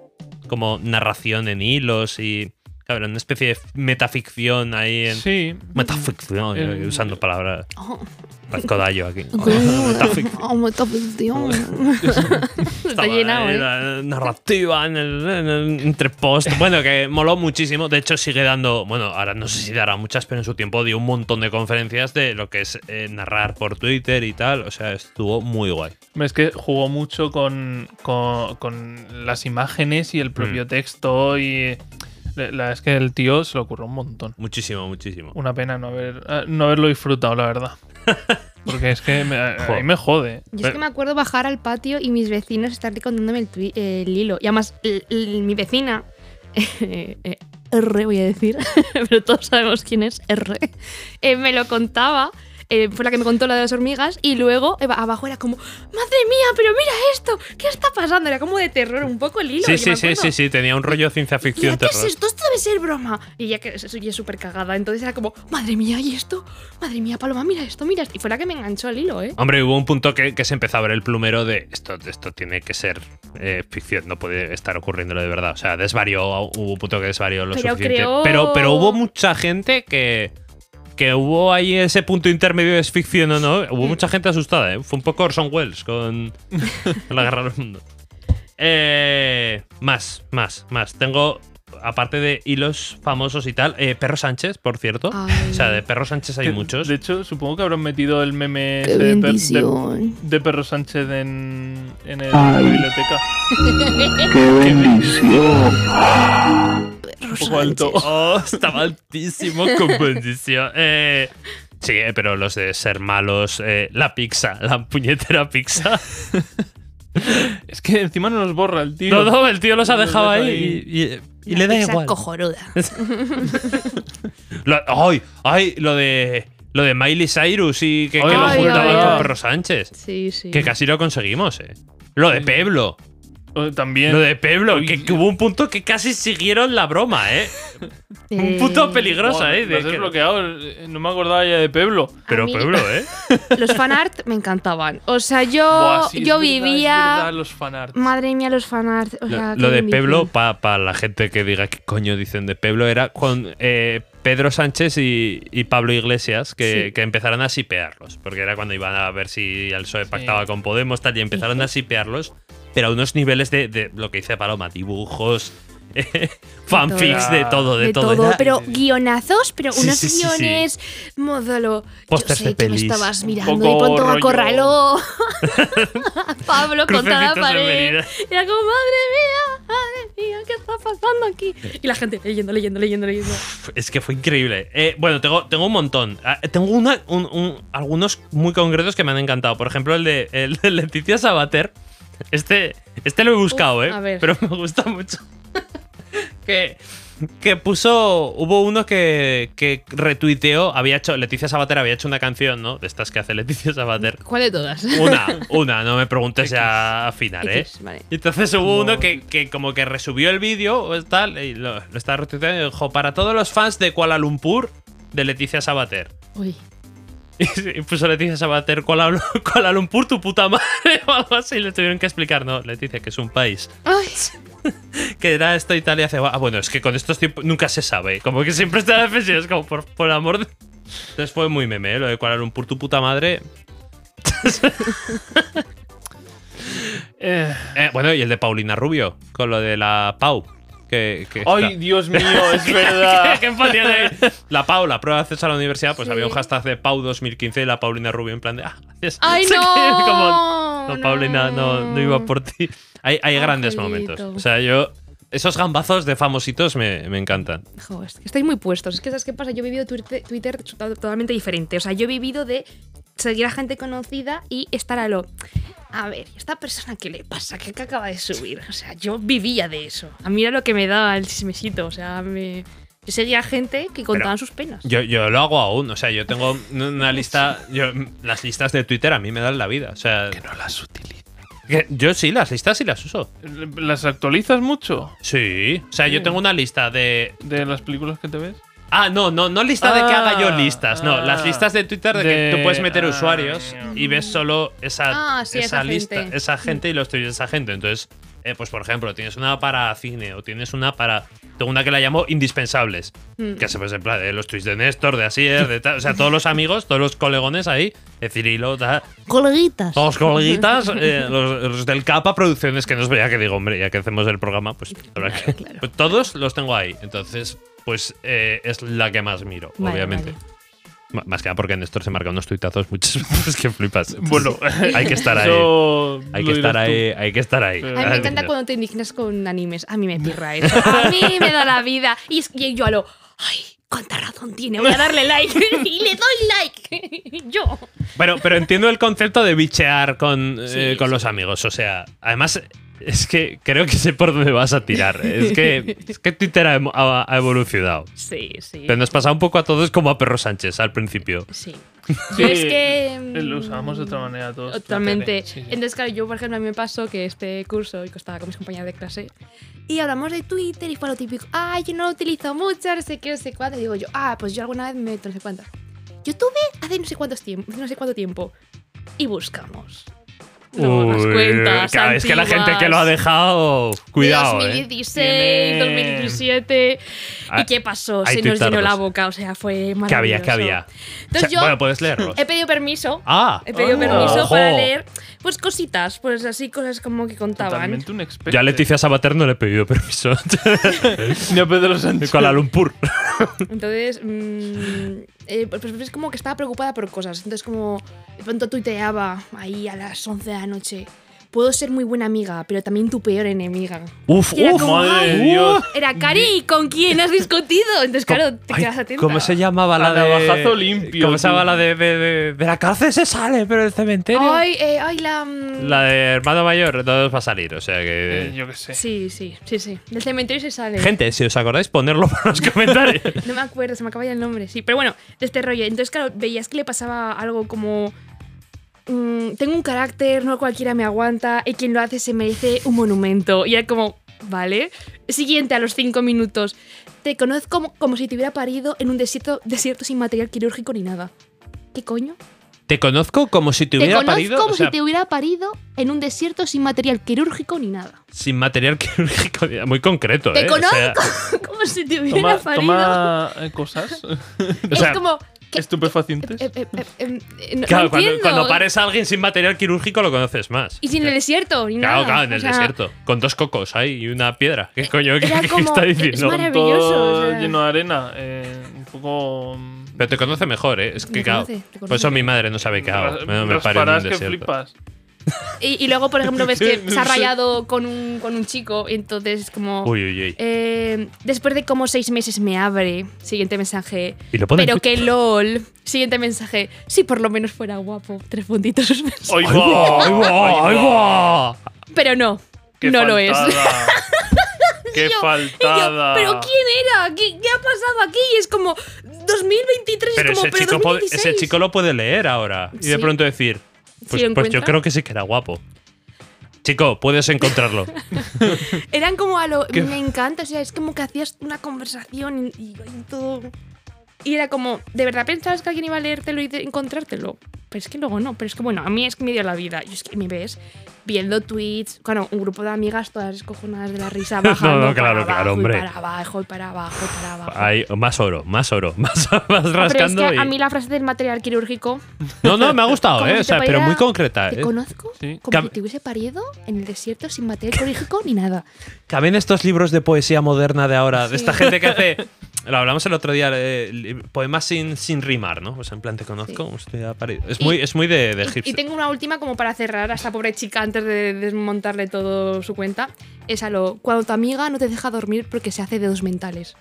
[SPEAKER 3] como narración en hilos y. Claro, era una especie de metaficción ahí en.
[SPEAKER 2] Sí.
[SPEAKER 3] Metaficción, yo
[SPEAKER 2] Eh,
[SPEAKER 3] usando palabras.
[SPEAKER 4] Oh,
[SPEAKER 3] Parezco Dayo aquí.
[SPEAKER 4] oh, oh, me tope, tío. Está
[SPEAKER 3] Estaba
[SPEAKER 4] llenado,
[SPEAKER 3] ahí
[SPEAKER 4] ¿eh?
[SPEAKER 3] la narrativa en el, en el entrepost. Bueno, que moló muchísimo. De hecho, sigue dando. Bueno, ahora no sé si dará muchas, pero en su tiempo dio un montón de conferencias de lo que es eh, narrar por Twitter y tal. O sea, estuvo muy guay.
[SPEAKER 2] Es que jugó mucho con, con- con las imágenes
[SPEAKER 3] Mm.
[SPEAKER 2] y el propio texto y... la- la- es que el tío se lo ocurrió un montón.
[SPEAKER 3] Muchísimo, muchísimo.
[SPEAKER 2] Una pena no, haber, eh, no haberlo disfrutado, la verdad. Porque es que me, a, a mí me jode.
[SPEAKER 4] Yo es que me acuerdo bajar al patio y mis vecinos estar contándome el, twi- el hilo. Y además, l- l- mi vecina, eh, eh, R voy a decir, pero todos sabemos quién es R, eh, me lo contaba. eh, fue la que me contó la de las hormigas y luego eh, abajo era como, madre mía, pero mira esto, ¿qué está pasando? Era como de terror un poco el hilo.
[SPEAKER 3] Sí,
[SPEAKER 4] yo
[SPEAKER 3] sí,
[SPEAKER 4] me
[SPEAKER 3] sí,
[SPEAKER 4] acuerdo.
[SPEAKER 3] sí, sí. Tenía un rollo ciencia
[SPEAKER 4] Y ya,
[SPEAKER 3] ficción
[SPEAKER 4] ¿qué es
[SPEAKER 3] terror.
[SPEAKER 4] esto? Esto debe ser broma. Y ya que soy yo súper cagada. Entonces era como, madre mía, ¿y esto? Madre mía, Paloma, mira esto, mira esto. Y fue la que me enganchó al hilo, ¿eh?
[SPEAKER 3] Hombre, hubo un punto que, que se empezó a ver el plumero de esto, esto tiene que ser eh, ficción, no puede estar ocurriéndolo de verdad. O sea, desvarió, hubo un punto que desvarió lo
[SPEAKER 4] Pero
[SPEAKER 3] suficiente.
[SPEAKER 4] creo-
[SPEAKER 3] Pero, pero hubo mucha gente que, que hubo ahí ese punto intermedio de es ficción o no. Hubo mucha gente asustada, ¿eh? Fue un poco Orson Welles con la guerra del mundo. Eh, más, más, más. Tengo, aparte de hilos famosos y tal, eh, Perro Sánchez, por cierto.
[SPEAKER 4] Ay.
[SPEAKER 3] O sea, de Perro Sánchez hay
[SPEAKER 2] Que,
[SPEAKER 3] muchos.
[SPEAKER 2] De hecho, supongo que habrán metido el meme
[SPEAKER 4] Qué
[SPEAKER 2] ese de, per- de-
[SPEAKER 4] bendición.
[SPEAKER 2] de Perro Sánchez en, en el-
[SPEAKER 5] Ay.
[SPEAKER 2] la biblioteca.
[SPEAKER 5] ¡Qué bendición!
[SPEAKER 2] Un poco alto.
[SPEAKER 3] Oh, estaba altísimo con bendición. Eh, sí, eh, pero los de ser malos, eh, la pizza, la puñetera pizza.
[SPEAKER 2] Es que encima no los borra el tío.
[SPEAKER 3] No, no, el tío los ha
[SPEAKER 2] Los
[SPEAKER 3] dejado
[SPEAKER 2] deja
[SPEAKER 3] ahí
[SPEAKER 2] ahí.
[SPEAKER 3] y, y- y le da igual.
[SPEAKER 4] cojoruda.
[SPEAKER 3] Lo- ay, ay, lo de lo de Miley Cyrus y que, que
[SPEAKER 2] Ay,
[SPEAKER 3] lo
[SPEAKER 4] ay,
[SPEAKER 3] juntaban
[SPEAKER 4] ay.
[SPEAKER 3] con Perro Sánchez.
[SPEAKER 4] Sí, sí.
[SPEAKER 3] Que casi lo conseguimos, eh. Lo de Peblo.
[SPEAKER 2] Eh, También.
[SPEAKER 3] Lo de Peblo.
[SPEAKER 2] Uy.
[SPEAKER 3] Que, que hubo un punto que casi siguieron la broma, eh. Un punto peligroso,
[SPEAKER 2] Buah,
[SPEAKER 3] eh.
[SPEAKER 2] me
[SPEAKER 3] de
[SPEAKER 2] has
[SPEAKER 3] que-
[SPEAKER 2] desbloqueado, eh, No me acordaba ya de Pueblo.
[SPEAKER 4] A
[SPEAKER 3] pero
[SPEAKER 4] mí-
[SPEAKER 3] Peblo, eh.
[SPEAKER 4] Los fanart me encantaban. O sea, yo,
[SPEAKER 2] Buah, sí, es
[SPEAKER 4] yo
[SPEAKER 2] verdad, es
[SPEAKER 4] vivía.
[SPEAKER 2] verdad, los fanarts.
[SPEAKER 4] Madre mía, los fanart. O sea,
[SPEAKER 3] Lo,
[SPEAKER 4] qué
[SPEAKER 3] lo de
[SPEAKER 4] bendición.
[SPEAKER 3] Peblo, para la gente que diga qué coño dicen de Peblo, era con eh, Pedro Sánchez y, y Pablo Iglesias que,
[SPEAKER 4] Sí.
[SPEAKER 3] que empezaron a sipearlos, porque era cuando iban a ver si el PSOE
[SPEAKER 2] Sí.
[SPEAKER 3] E pactaba con Podemos, tal, y empezaron a sipearlos, pero a unos niveles de, de lo que dice Paloma, dibujos, fanfics, de todo, de,
[SPEAKER 4] De
[SPEAKER 3] todo.
[SPEAKER 4] todo,
[SPEAKER 3] Era-
[SPEAKER 4] pero guionazos, pero
[SPEAKER 3] Sí,
[SPEAKER 4] unos
[SPEAKER 3] sí, sí, sí.
[SPEAKER 4] guiones. Módalo.
[SPEAKER 3] Pósters
[SPEAKER 4] yo sé
[SPEAKER 3] de
[SPEAKER 4] que me
[SPEAKER 3] pelis.
[SPEAKER 4] estabas
[SPEAKER 2] Un
[SPEAKER 4] mirando
[SPEAKER 2] poco
[SPEAKER 4] y pronto va
[SPEAKER 2] rollo-
[SPEAKER 4] Corraló. Pablo contra la
[SPEAKER 3] Crucecitos de
[SPEAKER 4] pared.
[SPEAKER 3] Mérida.
[SPEAKER 4] Era como, madre mía, madre mía. ¿qué está pasando aquí? Y la gente leyendo, leyendo, leyendo, leyendo.
[SPEAKER 3] Es que fue increíble. Eh, bueno, tengo, tengo un montón. Ah, Tengo una- un- un- algunos muy concretos que me han encantado. Por ejemplo, el de, el de Leticia Sabater. Este, este lo he buscado,
[SPEAKER 4] Uf,
[SPEAKER 3] ¿eh?
[SPEAKER 4] a ver.
[SPEAKER 3] Pero me gusta mucho. que, que puso. Hubo uno que, que retuiteó. Había hecho, Leticia Sabater había hecho una canción, ¿no? De estas que hace Leticia Sabater.
[SPEAKER 4] ¿Cuál de todas?
[SPEAKER 3] Una, una, no me preguntes ya a afinar, ¿eh?
[SPEAKER 4] X, vale.
[SPEAKER 3] Y entonces hubo
[SPEAKER 2] Como-
[SPEAKER 3] uno que, que como que resubió el vídeo o tal, y lo, lo está retuiteando y dijo, para todos los fans de Kuala Lumpur, de Leticia Sabater.
[SPEAKER 4] Uy.
[SPEAKER 3] Y, se- y puso Leticia Sabater, Kuala, Lu- Kuala Lumpur, tu puta madre, o algo así, y le tuvieron que explicar, no, Leticia, que es un país,
[SPEAKER 4] Ay,
[SPEAKER 3] que era esto y tal, y hace, ah, bueno, es que con estos tiempos nunca se sabe, como que siempre está la defensiva, es como, por, por amor de... Entonces fue muy meme, ¿eh? lo de Kuala Lumpur, tu puta madre.
[SPEAKER 2] Eh,
[SPEAKER 3] Eh, bueno, y el de Paulina Rubio, con lo de la Pau. Que, que
[SPEAKER 2] Ay, Dios mío, es verdad.
[SPEAKER 3] ¿Qué ponía ahí? La Pau, la prueba de acceso a la universidad, pues
[SPEAKER 4] Sí.
[SPEAKER 3] había un hashtag de Pau 2015 y la Paulina Rubio en plan de. Ah, gracias.
[SPEAKER 4] ay
[SPEAKER 3] Sé que
[SPEAKER 4] no.
[SPEAKER 3] como, no, Paulina, no, no iba por ti. Hay, hay
[SPEAKER 4] Angelito.
[SPEAKER 3] grandes momentos. O sea, yo. Esos gambazos de famositos me, me encantan.
[SPEAKER 4] Jo, es que estáis muy puestos. Es que, ¿sabes qué pasa? Yo he vivido Twitter, Twitter to- totalmente diferente. O sea, yo he vivido de seguir a gente conocida y estar a lo. A ver, ¿y ¿esta persona qué le pasa? ¿Qué, qué acaba de subir? O sea, yo vivía de eso. A mí era lo que me daba el chismecito. O sea, me. Yo seguía a gente que contaban sus penas.
[SPEAKER 3] Yo, yo lo hago aún. O sea, yo tengo una lista. yo- las listas de Twitter a mí me dan la vida. O sea,
[SPEAKER 2] no las utilizo.
[SPEAKER 3] que- yo sí, las listas sí las uso.
[SPEAKER 2] ¿Las actualizas mucho?
[SPEAKER 3] Sí. O sea,
[SPEAKER 4] Mm.
[SPEAKER 3] yo tengo una lista de
[SPEAKER 2] ¿De las películas que te ves?
[SPEAKER 3] Ah, no, no, no lista de que haga yo listas. No,
[SPEAKER 2] Ah,
[SPEAKER 3] las listas de Twitter de,
[SPEAKER 2] de-
[SPEAKER 3] que tú puedes meter
[SPEAKER 2] ah,
[SPEAKER 3] usuarios y ves solo esa,
[SPEAKER 4] Ah, sí,
[SPEAKER 3] esa,
[SPEAKER 4] esa
[SPEAKER 3] lista,
[SPEAKER 4] gente.
[SPEAKER 3] esa gente y los tuyos de esa gente. Entonces, eh, pues por ejemplo, tienes una para cine o tienes una para. Tengo una que la llamo indispensables.
[SPEAKER 4] Mm.
[SPEAKER 3] Que se pues en plan de los tweets de Néstor, de Asier, de tal. O sea, todos los amigos, todos los colegones ahí, de Cirilo, tal.
[SPEAKER 4] Coleguitas.
[SPEAKER 3] Todos coleguitas, eh, los, los del Capa Producciones, que no os veía que digo, hombre, ya que hacemos el programa, pues habrá que- pues todos los tengo ahí. Entonces, pues eh, es la que más miro,
[SPEAKER 4] Vale,
[SPEAKER 3] obviamente.
[SPEAKER 4] vale.
[SPEAKER 3] M- Más que nada porque Néstor se marca unos tuitazos muchas veces que flipas.
[SPEAKER 2] Bueno,
[SPEAKER 3] hay que estar ahí.
[SPEAKER 2] Eso
[SPEAKER 3] Hay
[SPEAKER 2] lo
[SPEAKER 3] que
[SPEAKER 2] dirás
[SPEAKER 3] estar
[SPEAKER 2] tú.
[SPEAKER 3] ahí, hay que estar ahí.
[SPEAKER 2] A mí
[SPEAKER 4] A mí me encanta cuando te indignas con animes. A mí me pirra eso. A mí me da la vida. Y, es- y yo a lo. Ay, cuánta razón tiene. Voy a darle like. y le doy like. yo.
[SPEAKER 3] Bueno, pero entiendo el concepto de bichear con, eh,
[SPEAKER 4] Sí,
[SPEAKER 3] con
[SPEAKER 4] sí.
[SPEAKER 3] los amigos. O sea, además, es que creo que sé por dónde vas a tirar. Es que, es que Twitter ha, emo- ha- ha evolucionado.
[SPEAKER 4] Sí, sí.
[SPEAKER 3] Pero nos pasa un poco a todos como a Perro Sánchez al principio.
[SPEAKER 4] Sí.
[SPEAKER 2] Sí,
[SPEAKER 4] Yo es que. mm,
[SPEAKER 2] Eh, Lo usábamos de otra manera todos.
[SPEAKER 4] Totalmente.
[SPEAKER 2] Sí, sí.
[SPEAKER 4] Entonces, claro, yo, por ejemplo, a mí me pasó que este curso yo estaba con mis compañeras de clase y hablamos de Twitter y fue lo típico. Ay, yo no lo utilizo mucho, no sé qué, no sé cuánto. Y digo yo, ah, pues yo alguna vez me meto, no sé cuánto. Yo tuve hace no sé, cuántos tiempo, no sé cuánto tiempo y buscamos. No, las
[SPEAKER 3] Uy,
[SPEAKER 4] cuentas.
[SPEAKER 3] claro, es que la gente que lo ha
[SPEAKER 4] antiguas
[SPEAKER 3] dejado, cuidado, eh.
[SPEAKER 4] 2016,
[SPEAKER 2] Tiene-
[SPEAKER 4] 2017.
[SPEAKER 3] Ah,
[SPEAKER 4] ¿Y qué pasó?
[SPEAKER 3] hay
[SPEAKER 4] Se nos llenó
[SPEAKER 3] tuitardos.
[SPEAKER 4] la boca, o sea, fue maravilloso.
[SPEAKER 3] Que había, que había.
[SPEAKER 4] Entonces
[SPEAKER 3] O sea,
[SPEAKER 4] yo- em
[SPEAKER 3] Bueno, puedes leerlos.
[SPEAKER 4] He pedido permiso.
[SPEAKER 3] Ah,
[SPEAKER 4] He pedido
[SPEAKER 2] Oh.
[SPEAKER 4] permiso para
[SPEAKER 3] Ojo.
[SPEAKER 4] leer pues cositas, pues así cosas como que contaban.
[SPEAKER 2] Totalmente un experto.
[SPEAKER 3] yo a Leticia Sabater no le he pedido permiso.
[SPEAKER 2] Ni a Pedro Sánchez.
[SPEAKER 3] Kuala Lumpur.
[SPEAKER 4] Entonces, mm, eh, pues, pues, es como que estaba preocupada por cosas. Entonces, como de pronto tuiteaba ahí a las 11 de la noche. Puedo ser muy buena amiga, pero también tu peor enemiga.
[SPEAKER 3] Uf,
[SPEAKER 4] Y era
[SPEAKER 3] uf.
[SPEAKER 4] como,
[SPEAKER 2] madre de
[SPEAKER 4] "Ay,
[SPEAKER 2] Dios".
[SPEAKER 4] Era Cari, ¿con quién has discutido? Entonces, claro, te
[SPEAKER 3] Ay,
[SPEAKER 4] quedas atenta.
[SPEAKER 3] ¿Cómo se llamaba la
[SPEAKER 2] A
[SPEAKER 3] de.
[SPEAKER 2] navajazo limpio,
[SPEAKER 3] ¿Cómo se llama
[SPEAKER 2] tú.
[SPEAKER 3] la de, de, de- de la cárcel se sale, pero del cementerio?
[SPEAKER 4] Ay, eh, ay, la. mm,
[SPEAKER 3] La de hermano mayor, no os va a salir, o sea
[SPEAKER 2] Eh,
[SPEAKER 3] que.
[SPEAKER 2] Yo qué sé.
[SPEAKER 4] Sí, sí, sí, sí. Del cementerio se sale.
[SPEAKER 3] Gente, si os acordáis, ponerlo por los comentarios.
[SPEAKER 4] No me acuerdo, se me acaba ya el nombre, sí. Pero bueno, de este rollo. Entonces, claro, veías que le pasaba algo como. mm, tengo un carácter, no cualquiera me aguanta, y quien lo hace se merece un monumento. Y era como, vale. Siguiente, a los cinco minutos. Te conozco como, como si te hubiera parido en un desierto, desierto sin material quirúrgico ni nada. ¿Qué coño?
[SPEAKER 3] Te conozco como si te
[SPEAKER 4] Te
[SPEAKER 3] hubiera
[SPEAKER 4] conozco
[SPEAKER 3] parido. o
[SPEAKER 4] como
[SPEAKER 3] sea,
[SPEAKER 4] si te hubiera parido en un desierto sin material quirúrgico ni nada.
[SPEAKER 3] Sin material quirúrgico. Muy concreto,
[SPEAKER 4] Te
[SPEAKER 3] ¿eh? O
[SPEAKER 4] conozco
[SPEAKER 3] sea,
[SPEAKER 4] como si te hubiera
[SPEAKER 2] Toma,
[SPEAKER 4] parido.
[SPEAKER 2] toma, eh, cosas
[SPEAKER 3] o sea,
[SPEAKER 4] es como. ¿qué-
[SPEAKER 2] estupefacientes.
[SPEAKER 4] Eh, eh, eh, eh, eh, no-
[SPEAKER 3] claro,
[SPEAKER 4] no
[SPEAKER 3] cuando,
[SPEAKER 4] entiendo.
[SPEAKER 3] cuando pares a alguien sin material quirúrgico lo conoces más.
[SPEAKER 4] Y sin el desierto, ni
[SPEAKER 3] Claro,
[SPEAKER 4] nada.
[SPEAKER 3] claro, en
[SPEAKER 4] o
[SPEAKER 3] el
[SPEAKER 4] sea, Eh,
[SPEAKER 3] desierto. Con dos cocos ahí y una piedra. ¿Qué coño qué-
[SPEAKER 4] era
[SPEAKER 3] qué
[SPEAKER 4] como-
[SPEAKER 3] está
[SPEAKER 4] es
[SPEAKER 3] diciendo?
[SPEAKER 4] maravilloso.
[SPEAKER 2] Todo
[SPEAKER 4] o sea.
[SPEAKER 2] lleno de arena. eh, un poco. mm,
[SPEAKER 3] Pero te conoce mejor, ¿eh? Es que,
[SPEAKER 4] Me
[SPEAKER 3] claro.
[SPEAKER 4] conoce, te
[SPEAKER 3] Por eso
[SPEAKER 4] conoce.
[SPEAKER 3] mi madre no sabe qué hago. Me,
[SPEAKER 2] ras-
[SPEAKER 3] me paro en
[SPEAKER 2] rasparás
[SPEAKER 3] un
[SPEAKER 2] mm, que
[SPEAKER 3] desierto.
[SPEAKER 2] flipas.
[SPEAKER 4] Y, y luego, por ejemplo, ves que
[SPEAKER 2] No
[SPEAKER 4] se ha
[SPEAKER 2] sé.
[SPEAKER 4] rayado con un, con un chico. y entonces es como.
[SPEAKER 3] Uy, uy, uy.
[SPEAKER 4] eh, después de como seis meses me abre. Siguiente mensaje.
[SPEAKER 3] Y lo ponen.
[SPEAKER 4] Pero que lol. Siguiente mensaje. Si por lo menos fuera guapo. Tres puntitos suspensos.
[SPEAKER 2] ¡Ay,
[SPEAKER 3] ¡Ahí va! ¡Ahí va! ¡Ahí va!
[SPEAKER 4] Pero no.
[SPEAKER 2] ¡Qué
[SPEAKER 4] no lo es.
[SPEAKER 2] faltada! ¡Qué
[SPEAKER 4] Y yo-
[SPEAKER 2] faltada!
[SPEAKER 4] y yo, ¿Pero quién era? ¿Qué, qué ha pasado aquí? Y es como 2023
[SPEAKER 3] Pero
[SPEAKER 4] es como
[SPEAKER 3] ese
[SPEAKER 4] pero
[SPEAKER 3] chico, po-
[SPEAKER 4] 2016.
[SPEAKER 3] ese chico lo puede leer ahora. Y de
[SPEAKER 4] Sí.
[SPEAKER 3] pronto decir, pues,
[SPEAKER 4] lo
[SPEAKER 3] pues yo
[SPEAKER 4] encuentra.
[SPEAKER 3] creo que sí que era guapo. Chico, puedes encontrarlo.
[SPEAKER 4] Eran como a lo. Me encanta, o sea, es como que hacías una conversación y, y- y todo. Y era como, ¿de verdad pensabas que alguien iba a leértelo y de- encontrártelo? Pero es que luego no, pero es que bueno, a mí es que me dio la vida. Y es que me ves viendo tweets, bueno, un grupo de amigas todas escojonadas de la risa bajando.
[SPEAKER 3] no, claro,
[SPEAKER 4] para
[SPEAKER 3] claro,
[SPEAKER 4] abajo,
[SPEAKER 3] hombre.
[SPEAKER 4] Y para abajo, y para abajo, y para abajo.
[SPEAKER 3] Hay más oro, más oro, más, más
[SPEAKER 4] Ah, pero es
[SPEAKER 3] rascando.
[SPEAKER 4] que a
[SPEAKER 3] y-
[SPEAKER 4] mí la frase del material quirúrgico,
[SPEAKER 3] No, no, me ha gustado,
[SPEAKER 4] Como
[SPEAKER 3] ¿eh?
[SPEAKER 4] si
[SPEAKER 3] O
[SPEAKER 4] te
[SPEAKER 3] sea, pero
[SPEAKER 4] pariera-
[SPEAKER 3] muy concreta.
[SPEAKER 4] te
[SPEAKER 3] ¿eh?
[SPEAKER 4] conozco
[SPEAKER 2] Sí.
[SPEAKER 4] como
[SPEAKER 3] Cam-
[SPEAKER 4] si te hubiese parido en el desierto sin material quirúrgico ni nada.
[SPEAKER 3] Caben estos libros de poesía moderna de ahora, de esta
[SPEAKER 4] Sí.
[SPEAKER 3] gente que hace. Lo hablamos el otro día, eh, li- poemas sin, sin rimar, ¿no? O sea, en plan, te conozco, estoy a París. Es
[SPEAKER 4] Y-
[SPEAKER 3] muy, es muy de, de
[SPEAKER 4] Y- Y,
[SPEAKER 3] hipster.
[SPEAKER 4] tengo una última como para cerrar a esta pobre chica antes de desmontarle todo su cuenta. Es a lo, cuando tu amiga no te deja dormir porque se hace dedos mentales.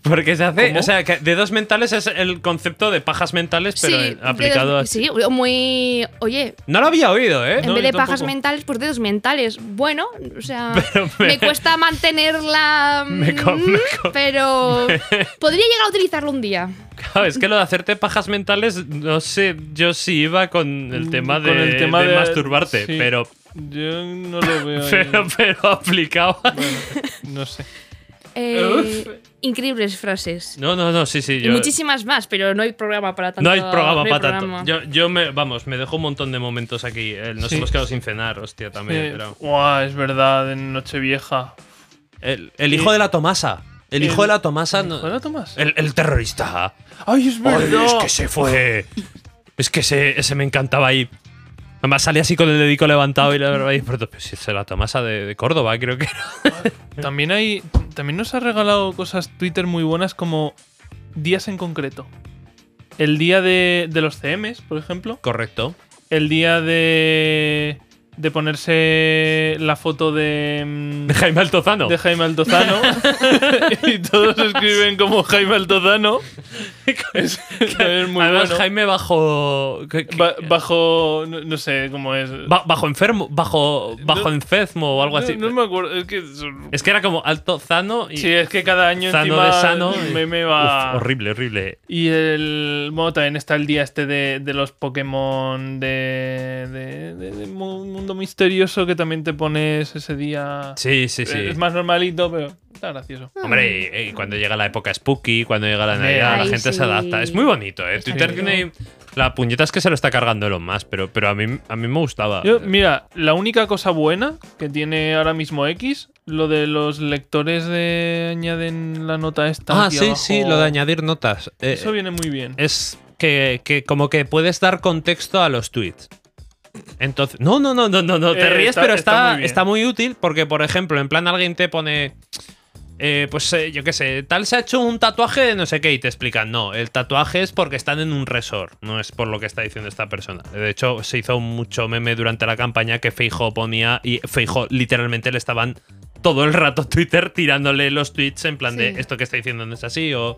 [SPEAKER 3] Porque se hace.
[SPEAKER 2] ¿Cómo?
[SPEAKER 3] O sea, que dedos mentales es el concepto de pajas mentales, pero
[SPEAKER 4] Sí,
[SPEAKER 3] en-
[SPEAKER 4] dedos-
[SPEAKER 3] aplicado a.
[SPEAKER 4] Sí, muy... Oye,
[SPEAKER 3] No lo había oído, ¿eh?
[SPEAKER 4] en
[SPEAKER 3] No,
[SPEAKER 4] vez
[SPEAKER 3] yo
[SPEAKER 4] de pajas
[SPEAKER 3] tampoco.
[SPEAKER 4] mentales, pues dedos mentales. Bueno, o sea, me... cuesta mantenerla...
[SPEAKER 3] Me co- me
[SPEAKER 4] mm, Pero podría llegar a utilizarlo un día.
[SPEAKER 3] Claro, es que lo de hacerte pajas mentales, no sé yo si iba Mm, con el tema de,
[SPEAKER 2] Con el tema
[SPEAKER 3] de
[SPEAKER 2] de-
[SPEAKER 3] masturbarte,
[SPEAKER 2] sí.
[SPEAKER 3] pero,
[SPEAKER 2] Yo no lo veo. ahí.
[SPEAKER 3] pero, pero aplicado. a-
[SPEAKER 2] Bueno, no sé.
[SPEAKER 4] Eh, increíbles frases.
[SPEAKER 3] No, no, no, sí, sí.
[SPEAKER 4] y
[SPEAKER 3] Yo,
[SPEAKER 4] muchísimas más, pero no hay programa para tanto.
[SPEAKER 3] no hay programa
[SPEAKER 4] no hay
[SPEAKER 3] para
[SPEAKER 4] programa.
[SPEAKER 3] tanto. Yo, yo me, vamos, me dejo un montón de momentos aquí. eh, nos
[SPEAKER 2] Sí.
[SPEAKER 3] hemos quedado sin cenar, hostia, también.
[SPEAKER 2] Eh,
[SPEAKER 3] pero-
[SPEAKER 2] guau, es verdad, en Nochevieja.
[SPEAKER 3] El, el hijo de la Tomasa. El hijo de la
[SPEAKER 4] Ah,
[SPEAKER 3] Tomasa. no-
[SPEAKER 2] ¿Cuándo tomas?
[SPEAKER 3] el, el terrorista.
[SPEAKER 2] Eh. ¡Ay, es
[SPEAKER 3] Ay,
[SPEAKER 2] verdad!
[SPEAKER 3] es que se fue. Oh. Es que ese, ese me encantaba ahí. Además salía así con el dedico levantado y la verdad y pronto, pues, es la Tomasa de, de Córdoba, creo que era.
[SPEAKER 2] También hay. También nos ha regalado cosas Twitter muy buenas como días en concreto. El día de, de los CMs, por ejemplo.
[SPEAKER 3] Correcto.
[SPEAKER 2] El día de. de ponerse la foto de.
[SPEAKER 3] De
[SPEAKER 2] mm,
[SPEAKER 3] Jaime Altozano.
[SPEAKER 2] De Jaime Altozano. y todos escriben como Jaime Altozano. Es, es muy
[SPEAKER 3] Además,
[SPEAKER 2] bueno.
[SPEAKER 3] Jaime bajo. que- que-
[SPEAKER 2] Ba- bajo. No, no sé cómo es.
[SPEAKER 3] ba- bajo enfermo. Bajo. Bajo
[SPEAKER 2] No-
[SPEAKER 3] enfermo o algo
[SPEAKER 2] No-
[SPEAKER 3] así.
[SPEAKER 2] No, me acuerdo. Es que. son-
[SPEAKER 3] Es que era como Altozano y.
[SPEAKER 2] sí, es que cada año
[SPEAKER 3] Zano
[SPEAKER 2] encima
[SPEAKER 3] de Sano.
[SPEAKER 2] el
[SPEAKER 3] y-
[SPEAKER 2] meme va.
[SPEAKER 3] Uf, horrible, horrible.
[SPEAKER 2] Y el. Bueno, también está el día este de, de los Pokémon de, de, de- de mu- Mundo Misterioso que también te pones ese día.
[SPEAKER 3] Sí, sí, sí.
[SPEAKER 2] Es más normalito, pero está gracioso.
[SPEAKER 3] Hombre, y- y cuando llega la época spooky, cuando llega la
[SPEAKER 2] Hombre,
[SPEAKER 3] Navidad, la
[SPEAKER 4] ay,
[SPEAKER 3] gente
[SPEAKER 4] sí.
[SPEAKER 3] se adapta. Es muy bonito, ¿eh?
[SPEAKER 4] Es
[SPEAKER 3] Twitter
[SPEAKER 4] bonito.
[SPEAKER 3] tiene. La puñeta es que se lo está cargando Elon más, pero, pero a, mí, a mí me gustaba.
[SPEAKER 2] Yo, mira, la única cosa buena que tiene ahora mismo X, lo de los lectores de añaden la nota esta.
[SPEAKER 3] ah,
[SPEAKER 2] aquí
[SPEAKER 3] sí,
[SPEAKER 2] abajo.
[SPEAKER 3] sí, lo de añadir notas. Eh,
[SPEAKER 2] Eso viene muy bien.
[SPEAKER 3] es que, que como que puedes dar contexto a los tweets. Entonces, no, no, no, no, no, no, te
[SPEAKER 2] Eh,
[SPEAKER 3] ríes,
[SPEAKER 2] está-
[SPEAKER 3] pero
[SPEAKER 2] está
[SPEAKER 3] está,
[SPEAKER 2] muy bien.
[SPEAKER 3] está muy útil porque, por ejemplo, en plan alguien te pone, eh, pues eh, yo qué sé, tal se ha hecho un tatuaje de no sé qué y te explican, no, el tatuaje es porque están en un resort, no es por lo que está diciendo esta persona. De hecho, se hizo mucho meme durante la campaña que Feijo ponía y Feijo literalmente le estaban todo el rato Twitter tirándole los tweets en plan de
[SPEAKER 4] Sí.
[SPEAKER 3] esto que está diciendo no es así o,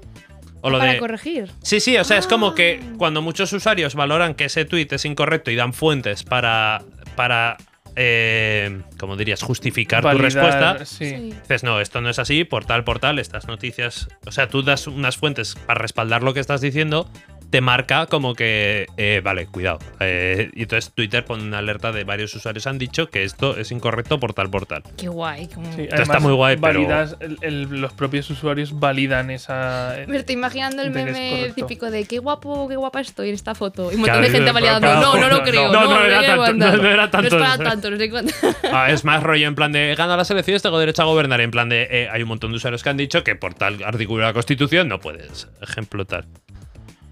[SPEAKER 3] o lo
[SPEAKER 4] para
[SPEAKER 3] de...
[SPEAKER 4] corregir.
[SPEAKER 3] Sí, sí, o sea, es como que
[SPEAKER 4] Ah.
[SPEAKER 3] cuando muchos usuarios valoran que ese tweet es incorrecto y dan fuentes para, para eh, como dirías, justificar tu
[SPEAKER 2] Validar,
[SPEAKER 3] respuesta,
[SPEAKER 2] Sí.
[SPEAKER 4] Sí.
[SPEAKER 3] dices, no, esto no es así, por tal, por tal, estas noticias, o sea, tú das unas fuentes para respaldar lo que estás diciendo, te marca como que, eh, vale, cuidado. Eh, y entonces Twitter pone una alerta de varios usuarios han dicho que esto es incorrecto por tal, por tal.
[SPEAKER 4] Qué guay. como-
[SPEAKER 2] Sí,
[SPEAKER 3] está muy guay, pero-
[SPEAKER 2] validas- el- el- los propios usuarios validan esa. eh,
[SPEAKER 4] Me estoy imaginando el
[SPEAKER 2] De que es
[SPEAKER 4] meme
[SPEAKER 2] correcto.
[SPEAKER 4] típico de qué guapo, qué guapa estoy en esta foto. Y un montón
[SPEAKER 3] Claro,
[SPEAKER 4] de gente
[SPEAKER 3] pero-
[SPEAKER 4] validando.
[SPEAKER 3] pero-
[SPEAKER 4] No, no
[SPEAKER 2] no,
[SPEAKER 4] lo
[SPEAKER 3] no,
[SPEAKER 4] creo. No,
[SPEAKER 3] no era
[SPEAKER 4] voy a
[SPEAKER 3] tanto,
[SPEAKER 4] levantar.
[SPEAKER 3] no, no era tanto.
[SPEAKER 4] No es para tanto, no sé cuánto.
[SPEAKER 3] Ah, es más rollo en plan de he ganado las elecciones, tengo derecho a gobernar. En plan de eh, hay un montón de usuarios que han dicho que por tal artículo de la Constitución no puedes. Ejemplo tal.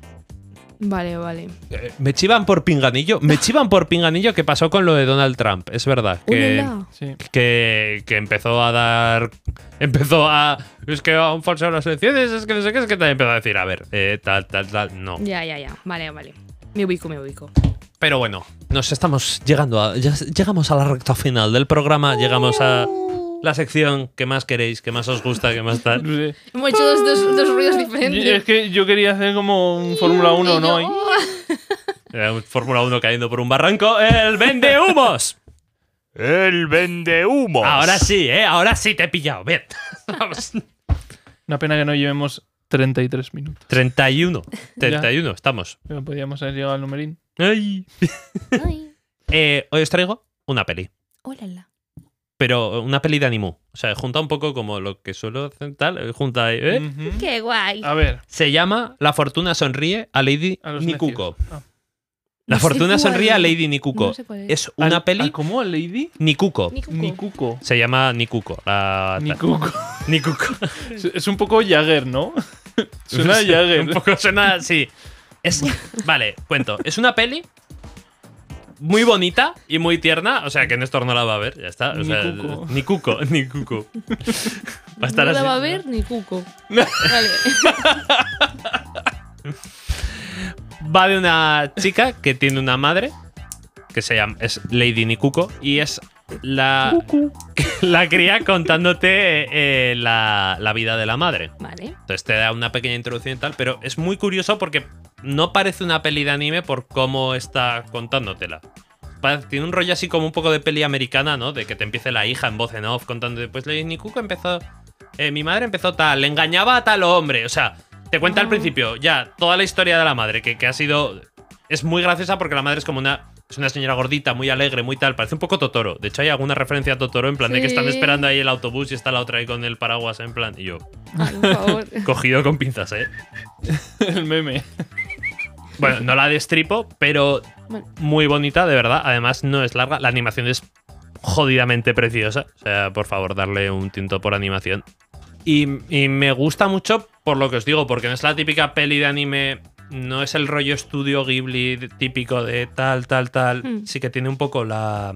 [SPEAKER 4] Vale, vale.
[SPEAKER 3] Eh, me chivan por pinganillo. Me chivan por pinganillo que pasó con lo de Donald Trump. Es verdad. Que,
[SPEAKER 4] Ulala.
[SPEAKER 2] Sí.
[SPEAKER 3] que, que empezó a dar. Empezó a. Es que han falseado las elecciones, es que no sé qué, es que también empezó a decir, a ver, eh, tal, tal, tal. No.
[SPEAKER 4] Ya, ya, ya. Vale, vale. Me ubico, me ubico.
[SPEAKER 3] Pero bueno, nos estamos llegando a. ya llegamos a la recta final del programa, llegamos a la sección que más queréis, que más os gusta, que más tal.
[SPEAKER 2] No sé.
[SPEAKER 4] Hemos hecho dos, dos- dos ruidos
[SPEAKER 2] Y Es
[SPEAKER 4] diferentes.
[SPEAKER 2] que yo quería hacer como un Fórmula 1, ¿no?
[SPEAKER 4] Y yo-
[SPEAKER 2] Ahí.
[SPEAKER 3] Era un Fórmula 1 cayendo por un barranco. ¡El vende humos!
[SPEAKER 1] El vende humo.
[SPEAKER 3] Ahora sí, ¿eh? Ahora sí te he pillado. Bien. Vamos.
[SPEAKER 2] Una pena que no llevemos 33 minutos.
[SPEAKER 3] 31. 31, estamos.
[SPEAKER 2] Pero podríamos haber llegado al numerín.
[SPEAKER 3] Ay.
[SPEAKER 4] Ay,
[SPEAKER 3] Eh, hoy os traigo una peli.
[SPEAKER 4] ólala.
[SPEAKER 3] Pero una peli de animu. O sea, junta un poco como lo que suelo hacer tal. eh, Junta ahí, ¿eh?
[SPEAKER 2] Ujú.
[SPEAKER 4] Qué guay.
[SPEAKER 3] Ah,
[SPEAKER 2] A ver,
[SPEAKER 3] Se llama La fortuna sonríe a Lady
[SPEAKER 2] a los
[SPEAKER 3] Nikuko.
[SPEAKER 2] necios. Ah.
[SPEAKER 3] La
[SPEAKER 4] No sé
[SPEAKER 3] fortuna
[SPEAKER 4] cuál
[SPEAKER 3] sonríe a
[SPEAKER 4] es.
[SPEAKER 3] Lady Nikuko.
[SPEAKER 4] No sé cuál es.
[SPEAKER 3] Es una
[SPEAKER 2] ¿Al-
[SPEAKER 3] peli
[SPEAKER 2] a ¿Cómo? ¿Lady?
[SPEAKER 3] Nikuko.
[SPEAKER 4] Nikuko.
[SPEAKER 2] Nikuko.
[SPEAKER 3] Se llama Nikuko. la-
[SPEAKER 2] Nikuko.
[SPEAKER 3] Nikuko.
[SPEAKER 2] Es- Es un poco Jagger, ¿no? Suena a Jagger.
[SPEAKER 3] Un poco suena así. Es, vale, cuento. Es una peli muy bonita y muy tierna. O sea, que Néstor no la va a ver, ya está. O sea,
[SPEAKER 2] Nikuko.
[SPEAKER 3] Ni cuco, ni cuco. Va a estar
[SPEAKER 4] no la
[SPEAKER 3] así.
[SPEAKER 4] va a ver ni Cuco. vale.
[SPEAKER 3] Va de una chica que tiene una madre que se llama es Lady Nikuko y es la, la cría contándote eh, la, la vida de la madre.
[SPEAKER 4] Vale.
[SPEAKER 3] Entonces te da una pequeña introducción y tal, pero es muy curioso porque no parece una peli de anime por cómo está contándotela. Pa- Tiene un rollo así como un poco de peli americana, ¿no? De que te empiece la hija en voz en off contando "Pues, después Lady Nikuko empezó... eh, mi madre empezó tal, le engañaba a tal hombre. O sea, te cuenta al
[SPEAKER 4] Ah.
[SPEAKER 3] principio ya toda la historia de la madre, que, que ha sido... Es muy graciosa porque la madre es como una... Es una señora gordita, muy alegre, muy tal. Parece un poco Totoro. De hecho, hay alguna referencia a Totoro en plan de que están
[SPEAKER 4] Sí.
[SPEAKER 3] esperando ahí el autobús y está la otra ahí con el paraguas en plan. Y yo,
[SPEAKER 4] Ay, por favor.
[SPEAKER 3] cogido con pinzas, ¿eh?
[SPEAKER 2] El meme.
[SPEAKER 3] Bueno, no la destripo, pero
[SPEAKER 4] Vale.
[SPEAKER 3] muy bonita, de verdad. Además, no es larga. La animación es jodidamente preciosa. O sea, por favor, darle un tinto por animación. Y, y me gusta mucho por lo que os digo, porque no es la típica peli de anime. No es el rollo estudio Ghibli de- típico de tal, tal, tal.
[SPEAKER 4] Hmm.
[SPEAKER 3] Sí que tiene un poco la.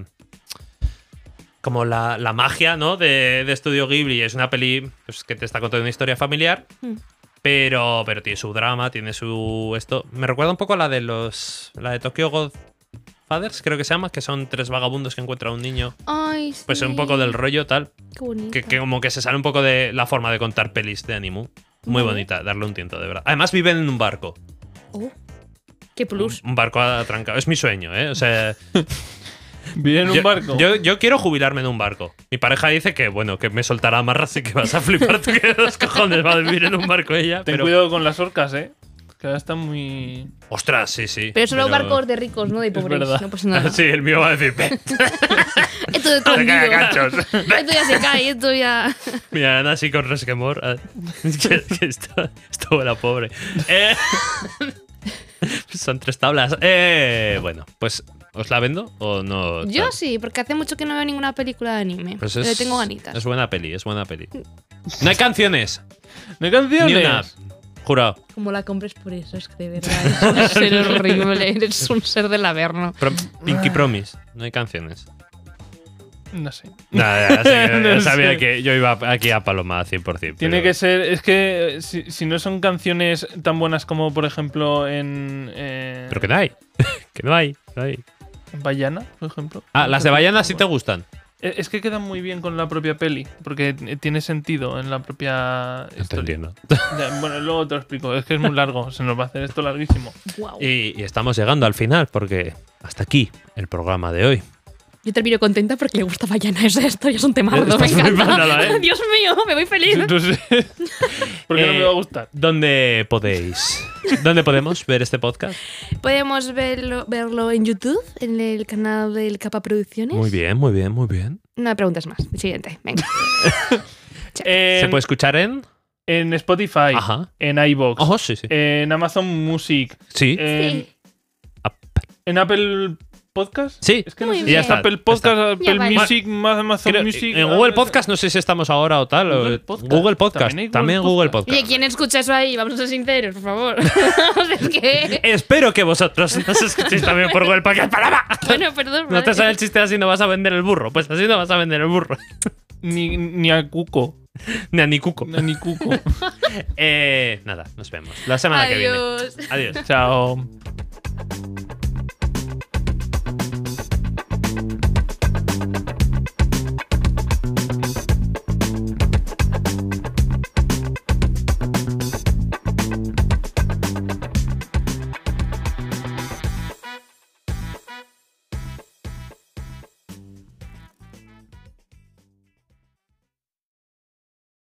[SPEAKER 3] Como la, la magia, ¿no? De Estudio Ghibli. Es una peli pues, que te está contando una historia familiar.
[SPEAKER 4] Mm.
[SPEAKER 3] Pero, pero tiene su drama, tiene su esto. Me recuerda un poco a la de los. La de Tokyo Godfathers, creo que se llama, que son tres vagabundos que encuentran a un niño.
[SPEAKER 4] Ay,
[SPEAKER 3] Pues
[SPEAKER 4] sí.
[SPEAKER 3] un poco del rollo tal.
[SPEAKER 4] Qué bonito.
[SPEAKER 3] Que, que como que se sale un poco de la forma de contar pelis de Animu. Muy
[SPEAKER 4] Vale.
[SPEAKER 3] bonita, darle un tiento, de verdad. Además, viven en un barco.
[SPEAKER 4] Oh, Qué plus.
[SPEAKER 3] Un barco atrancado. Es mi sueño, ¿eh? O sea.
[SPEAKER 2] Viene en un
[SPEAKER 3] yo,
[SPEAKER 2] barco.
[SPEAKER 3] Yo, yo quiero jubilarme en un barco. Mi pareja dice que, bueno, que me soltará amarras y que vas a flipar tú que los cojones va a vivir en un barco ella.
[SPEAKER 2] Ten
[SPEAKER 3] pero,
[SPEAKER 2] cuidado con las orcas, ¿eh. Que ahora están muy.
[SPEAKER 3] Ostras, sí, sí.
[SPEAKER 4] Pero solo barcos de ricos, no de pobres.
[SPEAKER 2] verdad.
[SPEAKER 4] No pasa nada.
[SPEAKER 3] Sí, el mío va a decir, "Ve,
[SPEAKER 4] Esto de todo
[SPEAKER 3] te caga ganchos.
[SPEAKER 4] Esto ya se cae, esto ya.
[SPEAKER 3] Mira, Ana así con resquemor. Ah, que, que esto, esto era pobre. Eh, son tres tablas. Eh, bueno, pues, ¿os la vendo o no?
[SPEAKER 4] Yo
[SPEAKER 3] Tal.
[SPEAKER 4] sí, porque hace mucho que no veo ninguna película de anime.
[SPEAKER 3] Pues
[SPEAKER 4] pero tengo ganitas.
[SPEAKER 3] Es buena peli, es buena peli. No hay canciones.
[SPEAKER 2] ¡No hay canciones!
[SPEAKER 3] Ni una. Jurado.
[SPEAKER 4] Como la compres por eso, es que de verdad es un ser horrible. Eres un ser del averno.
[SPEAKER 3] Pro- Pinky Promise. No hay canciones.
[SPEAKER 2] No sé.
[SPEAKER 3] Nada, ya, sé que- ya
[SPEAKER 2] No
[SPEAKER 3] sabía
[SPEAKER 2] sé.
[SPEAKER 3] que yo iba aquí a Paloma 100%.
[SPEAKER 2] Tiene
[SPEAKER 3] pero-
[SPEAKER 2] que ser. Es que eh, si, si no son canciones tan buenas como, por ejemplo, en. eh,
[SPEAKER 3] Pero que no hay. que no hay. no hay.
[SPEAKER 2] en Bayana, por ejemplo.
[SPEAKER 3] Ah, las de Bayana sí te gustan.
[SPEAKER 2] Eh, Es que quedan muy bien con la propia peli. Porque eh, tiene sentido en la propia.
[SPEAKER 3] No te
[SPEAKER 2] historia.
[SPEAKER 3] entiendo.
[SPEAKER 2] Ya, bueno, luego te lo explico. Es que es muy largo. Se nos va a hacer esto larguísimo.
[SPEAKER 4] Wow.
[SPEAKER 3] Y, y estamos llegando al final porque hasta aquí el programa de hoy.
[SPEAKER 4] Yo termino contenta porque le gusta Bayana. Es esto ya es un temardo. Me
[SPEAKER 3] Estás muy
[SPEAKER 4] encanta.
[SPEAKER 3] mandada, ¿eh?
[SPEAKER 4] Dios mío, me voy feliz.
[SPEAKER 2] No sé. Porque no
[SPEAKER 3] Eh,
[SPEAKER 2] me va a gustar.
[SPEAKER 3] ¿Dónde podéis? ¿Dónde podemos ver este podcast?
[SPEAKER 4] Podemos verlo, verlo en YouTube, en el canal del Capa Producciones.
[SPEAKER 3] Muy bien, muy bien, muy bien.
[SPEAKER 4] No me preguntas más. Siguiente, venga.
[SPEAKER 3] ¿Se
[SPEAKER 2] En,
[SPEAKER 3] puede escuchar en?
[SPEAKER 2] en Spotify,
[SPEAKER 3] Ajá. Eh,
[SPEAKER 2] en iBox,
[SPEAKER 3] Ojo, sí, sí.
[SPEAKER 2] en Amazon Music,
[SPEAKER 3] Sí.
[SPEAKER 2] en,
[SPEAKER 4] Sí.
[SPEAKER 2] en Apple Podcast.
[SPEAKER 3] Sí.
[SPEAKER 2] Es que no
[SPEAKER 4] Muy
[SPEAKER 2] sé si
[SPEAKER 4] bien.
[SPEAKER 2] es Apple
[SPEAKER 3] Ya está,
[SPEAKER 2] Podcast, Apple
[SPEAKER 4] vale.
[SPEAKER 2] Music, más Amazon
[SPEAKER 3] Creo-
[SPEAKER 2] Music.
[SPEAKER 3] en
[SPEAKER 2] ah,
[SPEAKER 3] Google
[SPEAKER 2] ah,
[SPEAKER 3] Podcast no sé si estamos ahora o tal. o-
[SPEAKER 2] Google
[SPEAKER 3] Google
[SPEAKER 2] Podcast.
[SPEAKER 3] Podcast.
[SPEAKER 2] También hay
[SPEAKER 3] También, Google
[SPEAKER 2] Google
[SPEAKER 3] Podcast.
[SPEAKER 4] Oye, ¿quién escucha eso ahí? Vamos a ser sinceros, por favor. O sea, es que...
[SPEAKER 3] Espero que vosotros nos escuchéis también por Google Podcast. ¡Paloma!
[SPEAKER 4] Bueno, perdón.
[SPEAKER 3] No te
[SPEAKER 4] madre.
[SPEAKER 3] sale el chiste así, no vas a vender el burro. Pues así no vas a vender el burro.
[SPEAKER 2] Ni, ni a Cuco.
[SPEAKER 3] Ni a ni cuco.
[SPEAKER 2] No, ni Cuco.
[SPEAKER 3] Eh, nada, nos vemos. La semana que viene.
[SPEAKER 4] Adiós.
[SPEAKER 3] Adiós.
[SPEAKER 2] Chao.